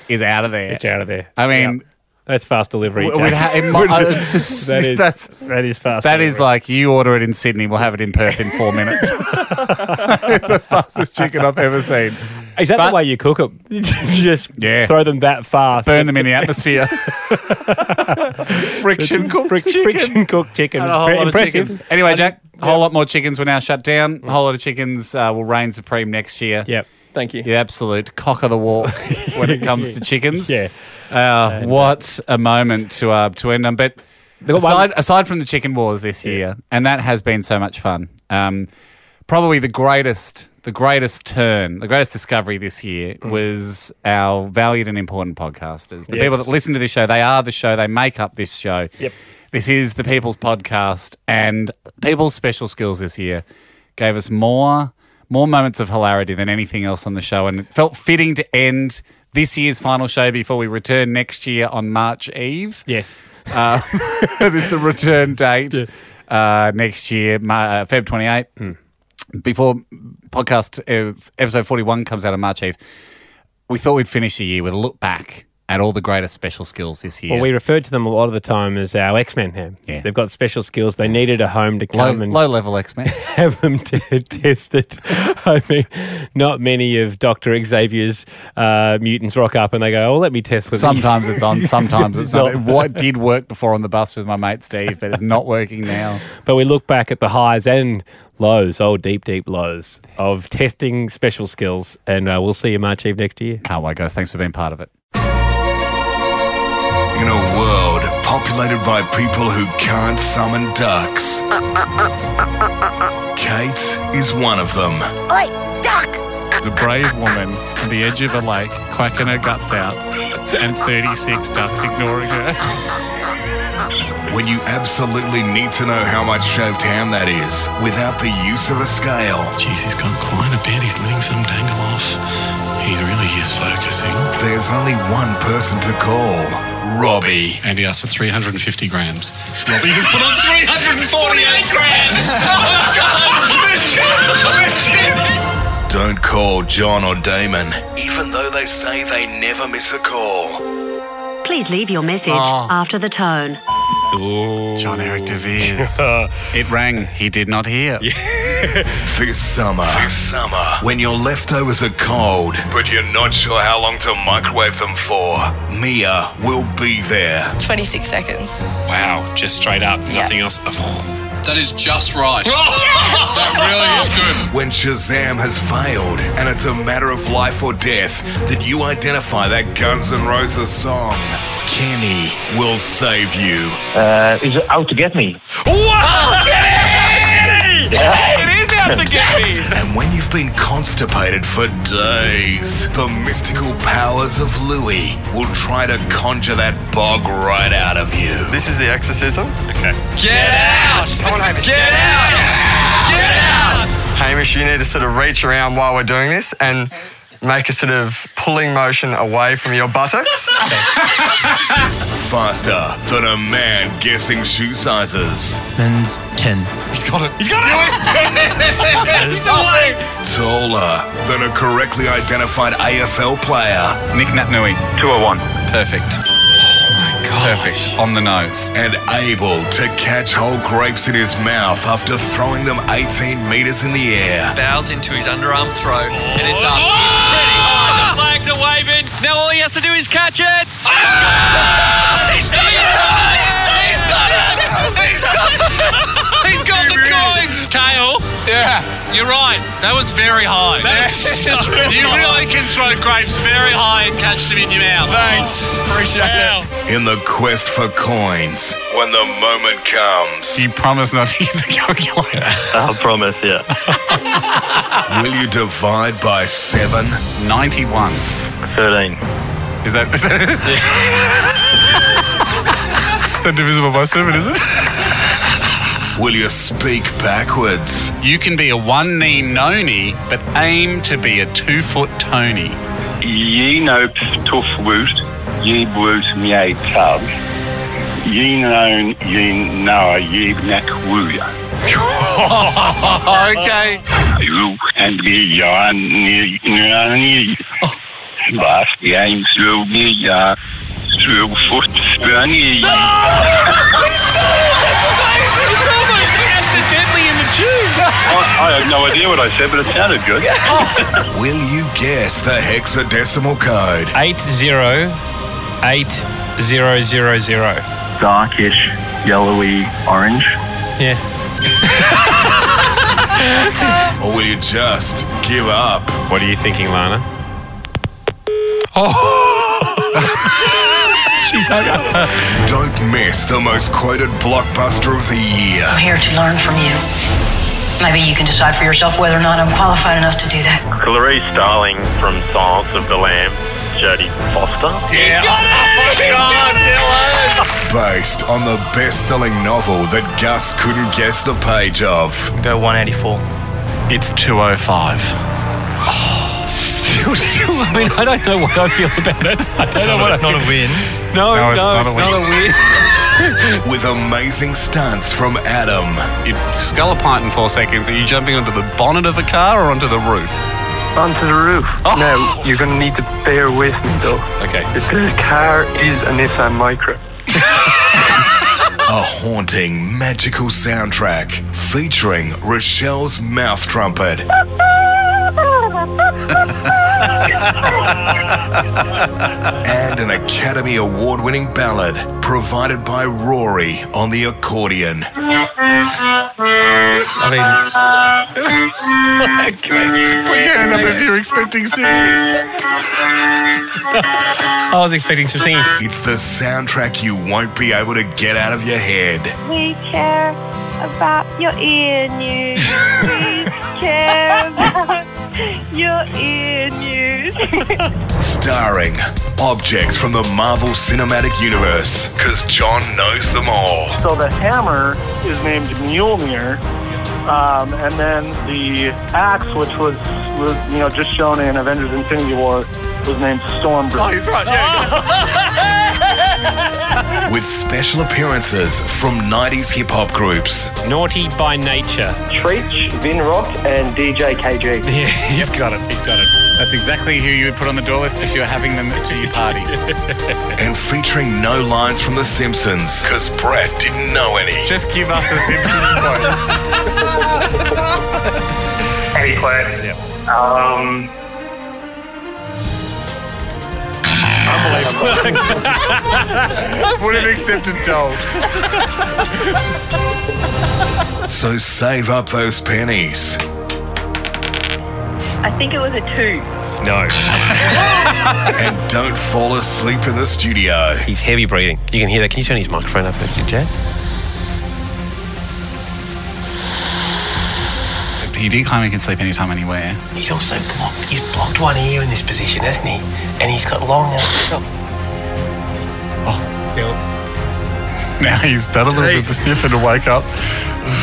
Speaker 4: is out of there.
Speaker 10: Get you out of there.
Speaker 4: I mean,
Speaker 10: Yep. that's fast delivery.
Speaker 4: w-
Speaker 10: Jack.
Speaker 4: we'd ha- it might- I was just-
Speaker 10: that is
Speaker 4: that's-
Speaker 10: that is fast.
Speaker 4: that is
Speaker 10: delivery.
Speaker 4: like you order it in Sydney, we'll have it in Perth in four minutes. it's the fastest chicken I've ever seen.
Speaker 10: is that
Speaker 4: but-
Speaker 10: the way you cook them? Just
Speaker 4: Yeah.
Speaker 10: throw them that fast.
Speaker 4: Burn them in the atmosphere. friction cooked
Speaker 10: Fric-
Speaker 4: chicken.
Speaker 10: friction cooked chicken.
Speaker 4: And
Speaker 10: It's
Speaker 4: a whole
Speaker 10: pre-
Speaker 4: lot of
Speaker 10: impressive.
Speaker 4: chickens. Anyway, Jack, a whole lot more chickens were now shut down. A whole lot of chickens uh, will reign supreme next year.
Speaker 10: Yep.
Speaker 12: Thank you.
Speaker 4: The absolute cock of the walk when it comes to chickens.
Speaker 10: Yeah.
Speaker 4: Uh, what a moment to uh, to end on. But
Speaker 10: got one-
Speaker 4: aside, aside from the chicken wars this year, and that has been so much fun. Um, probably the greatest, the greatest turn, the greatest discovery this year
Speaker 10: Mm.
Speaker 4: was our valued and important podcasters, the people
Speaker 10: Yes.
Speaker 4: that listen to this show. They are the show. They make up this show.
Speaker 10: Yep.
Speaker 4: This is the People's Podcast, and people's special skills this year gave us more more moments of hilarity than anything else on the show, and it felt fitting to end this year's final show before we return next year on March Eve.
Speaker 10: Yes.
Speaker 4: Uh, it is the return date uh, next year, Ma- uh, Feb 28,
Speaker 10: Hmm.
Speaker 4: before podcast uh, episode 41 comes out on March Eve. We thought we'd finish the year with a look back at all the greatest special skills this year.
Speaker 10: Well, we referred to them a lot of the time as our X Men ham.
Speaker 4: Yeah.
Speaker 10: They've got special skills. They needed a home to
Speaker 4: low,
Speaker 10: come and
Speaker 4: low level X Men.
Speaker 10: have them t- tested. I mean, not many of Doctor Xavier's uh, mutants rock up and they go, "Oh, let me test." With
Speaker 4: Sometimes it's on, sometimes it's not.
Speaker 10: Not-
Speaker 4: What did work before on the bus with my mate Steve, but it's not working now.
Speaker 10: But we look back at the highs and lows, oh, deep, deep lows of testing special skills, and uh, we'll see you March Eve next year.
Speaker 4: Can't wait, guys. Thanks for being part of it.
Speaker 2: In a world populated by people who can't summon ducks, Kate is one of them.
Speaker 4: A brave woman on the edge of a lake, quacking her guts out, and 36 ducks ignoring her.
Speaker 2: When you absolutely need to know how much shaved ham that is without the use of a scale,
Speaker 3: Jeez, he's gone quite a bit. He's letting some dangle off. He really is focusing.
Speaker 2: there's only one person to call Robbie.
Speaker 13: Andy asked for 350 grams.
Speaker 2: Robbie has put on 348 grams. Oh, God. This kid. This kid. Don't call John or Damon, even though they say they never miss a call.
Speaker 14: Please leave your message
Speaker 4: Ah.
Speaker 14: after the tone.
Speaker 4: John Eric DeVere's. it rang. He did not hear.
Speaker 2: This summer, this summer, when your leftovers are cold, but you're not sure how long to microwave them for, Mia will be there.
Speaker 15: 26 seconds.
Speaker 10: Wow, just straight up, nothing else.
Speaker 13: That is just right. that really is good.
Speaker 2: When Shazam has failed and it's a matter of life or death that you identify that Guns N' Roses song, Kenny will save you.
Speaker 16: Uh, is it out to get me?
Speaker 1: Wow, Kenny! It is out to get me.
Speaker 2: And when you've been constipated for days, the mystical powers of Louis will try to conjure that bog right out of you.
Speaker 5: This is the exorcism.
Speaker 10: Okay.
Speaker 1: Get out!
Speaker 5: Come on, Hamish.
Speaker 1: Get out! Get out!
Speaker 5: Hamish, you need to sort of reach around while we're doing this and make a sort of pulling motion away from your buttocks.
Speaker 2: Faster than a man guessing shoe sizes.
Speaker 16: Men's 10.
Speaker 13: He's got it.
Speaker 1: He's got it! He's away!
Speaker 2: Taller than a correctly identified AFL player.
Speaker 4: Nick Natnui.
Speaker 16: 201.
Speaker 4: Perfect. Perfect. On the nose.
Speaker 2: And able to catch whole grapes in his mouth after throwing them 18 metres in the air.
Speaker 1: Bows into his underarm throw, and it's up.
Speaker 13: Oh!
Speaker 1: Ready. The flags are waving. Now all he has to do is catch it.
Speaker 13: Oh!
Speaker 1: He's done it! He's done it!
Speaker 13: He's got the coin. Kale. Yeah. You're right. That was very high. you really can throw grapes very high and catch them in your mouth. Thanks. Appreciate it.
Speaker 2: In the quest for coins, when the moment comes,
Speaker 4: You promise not to use a calculator.
Speaker 16: I promise, yeah.
Speaker 2: will you divide by seven?
Speaker 4: 91.
Speaker 16: 13.
Speaker 4: Is that. Is that, is that divisible by seven, is it?
Speaker 2: Will you speak backwards?
Speaker 4: You can be a one knee noni, but aim to be a two foot Tony.
Speaker 16: Ye know tough woot, ye woot me tub. Ye known ye know ye neck woo.
Speaker 4: okay.
Speaker 16: You and me yarn me yarny.
Speaker 4: Oh.
Speaker 16: Was game through me ya through foot spurny.
Speaker 1: It's almost accidentally in the tube.
Speaker 16: I, I have no idea what I said, but it sounded good.
Speaker 2: Will you guess the hexadecimal code?
Speaker 10: Eight zero, eight zero zero zero.
Speaker 16: Darkish, yellowy, orange.
Speaker 10: Yeah.
Speaker 2: Or will you just give up?
Speaker 10: What are you thinking, Lana?
Speaker 2: Don't miss the most quoted blockbuster of the year.
Speaker 17: I'm here to learn from you. Maybe you can decide for yourself whether or not I'm qualified enough to do that.
Speaker 16: Clarice Starling from Silence of the Lamb, Jodie Foster.
Speaker 2: Yeah. Based on the best selling novel that Gus couldn't guess the page of.
Speaker 5: Go 184.
Speaker 4: It's 205. Oh.
Speaker 3: I mean, I don't know what I feel about it. I
Speaker 10: oh
Speaker 3: don't know what I
Speaker 10: That's not a win.
Speaker 3: feel.
Speaker 10: Oh,
Speaker 3: No, no, it's, not, a win.
Speaker 2: With amazing stunts from Adam.
Speaker 4: You skull a pint in four seconds. Are you jumping onto the bonnet of a car or onto the roof?
Speaker 15: Onto the roof.
Speaker 13: Oh.
Speaker 15: No, you're going to need to bear with me, though.
Speaker 4: Okay.
Speaker 15: This car is a Nissan Micra.
Speaker 2: A haunting, magical soundtrack featuring Rochelle's mouth trumpet. and an Academy Award winning ballad provided by Rory on the accordion.
Speaker 5: I mean,
Speaker 4: if you're expecting singing.
Speaker 10: I was expecting some singing.
Speaker 2: It's the soundtrack you won't be able to get out of your head.
Speaker 6: We care about your ear news. We care about your ear news.
Speaker 2: starring objects from the Marvel Cinematic Universe. Because John knows them all.
Speaker 15: So the hammer is named Mjolnir, um, and then the axe, which was, was you know just shown in Avengers: Infinity War, was named Stormbreaker.
Speaker 4: he's right. Yeah.
Speaker 2: With special appearances from 90s hip hop groups.
Speaker 10: Naughty by nature.
Speaker 15: Treach, Vinrock, and DJ KG.
Speaker 10: Yeah, you've got it. You've got it.
Speaker 4: That's exactly who you would put on the door list if you were having them to your party.
Speaker 2: And featuring no lines from The Simpsons, because Brett didn't know any.
Speaker 4: Just give us a Simpsons quote.
Speaker 15: Hey, Claire. Um.
Speaker 4: Would have accepted told.
Speaker 2: So save up those pennies.
Speaker 6: I think it was a two.
Speaker 2: No. and don't fall asleep in the studio.
Speaker 10: He's heavy breathing. You can hear that. Can you turn his microphone up, Jack?
Speaker 7: He declimbing can sleep anytime, anywhere.
Speaker 18: He's also blocked. He's blocked one ear in this position, hasn't he? And he's got long. Oh,
Speaker 7: Now he's done a little bit of a sniff and a wake up.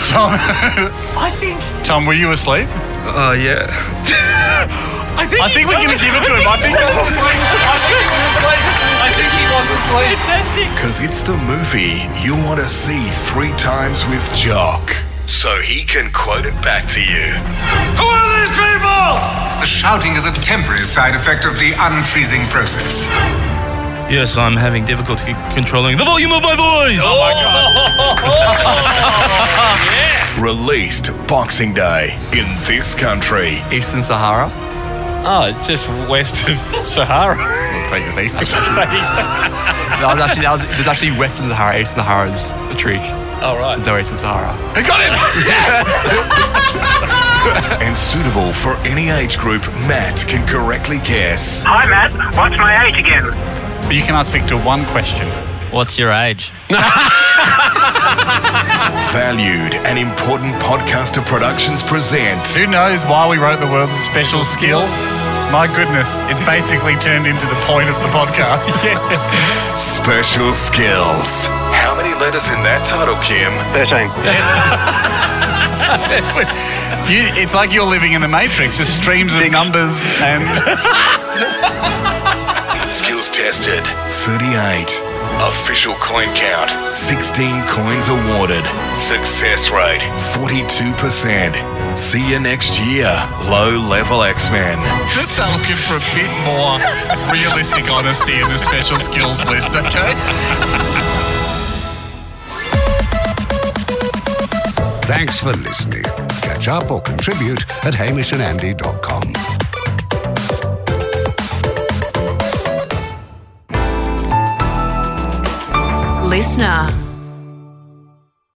Speaker 7: Tom,
Speaker 18: I think.
Speaker 7: Tom, were you asleep?
Speaker 5: Oh yeah.
Speaker 7: I think, we're going to give it to him. I think he was asleep. I think he was asleep. I think he was asleep. Fantastic.
Speaker 2: Because it's the movie you want to see three times with Jock. So he can quote it back to you.
Speaker 19: Who are these people? The shouting is a temporary side effect of the unfreezing process.
Speaker 20: Yes, I'm having difficulty controlling the volume of my voice. Oh, my god.
Speaker 2: Released Boxing Day in this country. Eastern Sahara?
Speaker 20: Ah,
Speaker 10: Oh, it's just west of Sahara. Probably just east of
Speaker 21: that was actually, that was, it was actually Western Sahara. Eastern Sahara is a trick.
Speaker 10: All right.
Speaker 21: There's no Eastern Sahara.
Speaker 2: I got it! Yes! and suitable for any age group, Matt can correctly guess.
Speaker 15: Hi, Matt. What's my age again?
Speaker 4: But you can ask Victor one question.
Speaker 10: What's your age?
Speaker 2: Valued and important podcaster productions present.
Speaker 4: Who knows why we wrote the world's special skill? My goodness, it's basically turned into the point of the podcast.
Speaker 2: Special skills. How many letters in that title, Kim? 13.
Speaker 4: You, it's like you're living in the Matrix, just streams of numbers and.
Speaker 2: Skills tested 38. Official coin count 16 coins awarded. Success rate 42%. See you next year, low level X Men.
Speaker 7: Just start looking for a bit more realistic honesty in the special skills list, okay?
Speaker 22: Thanks for listening. Catch up or contribute at hamishandandy.com.
Speaker 23: Listener.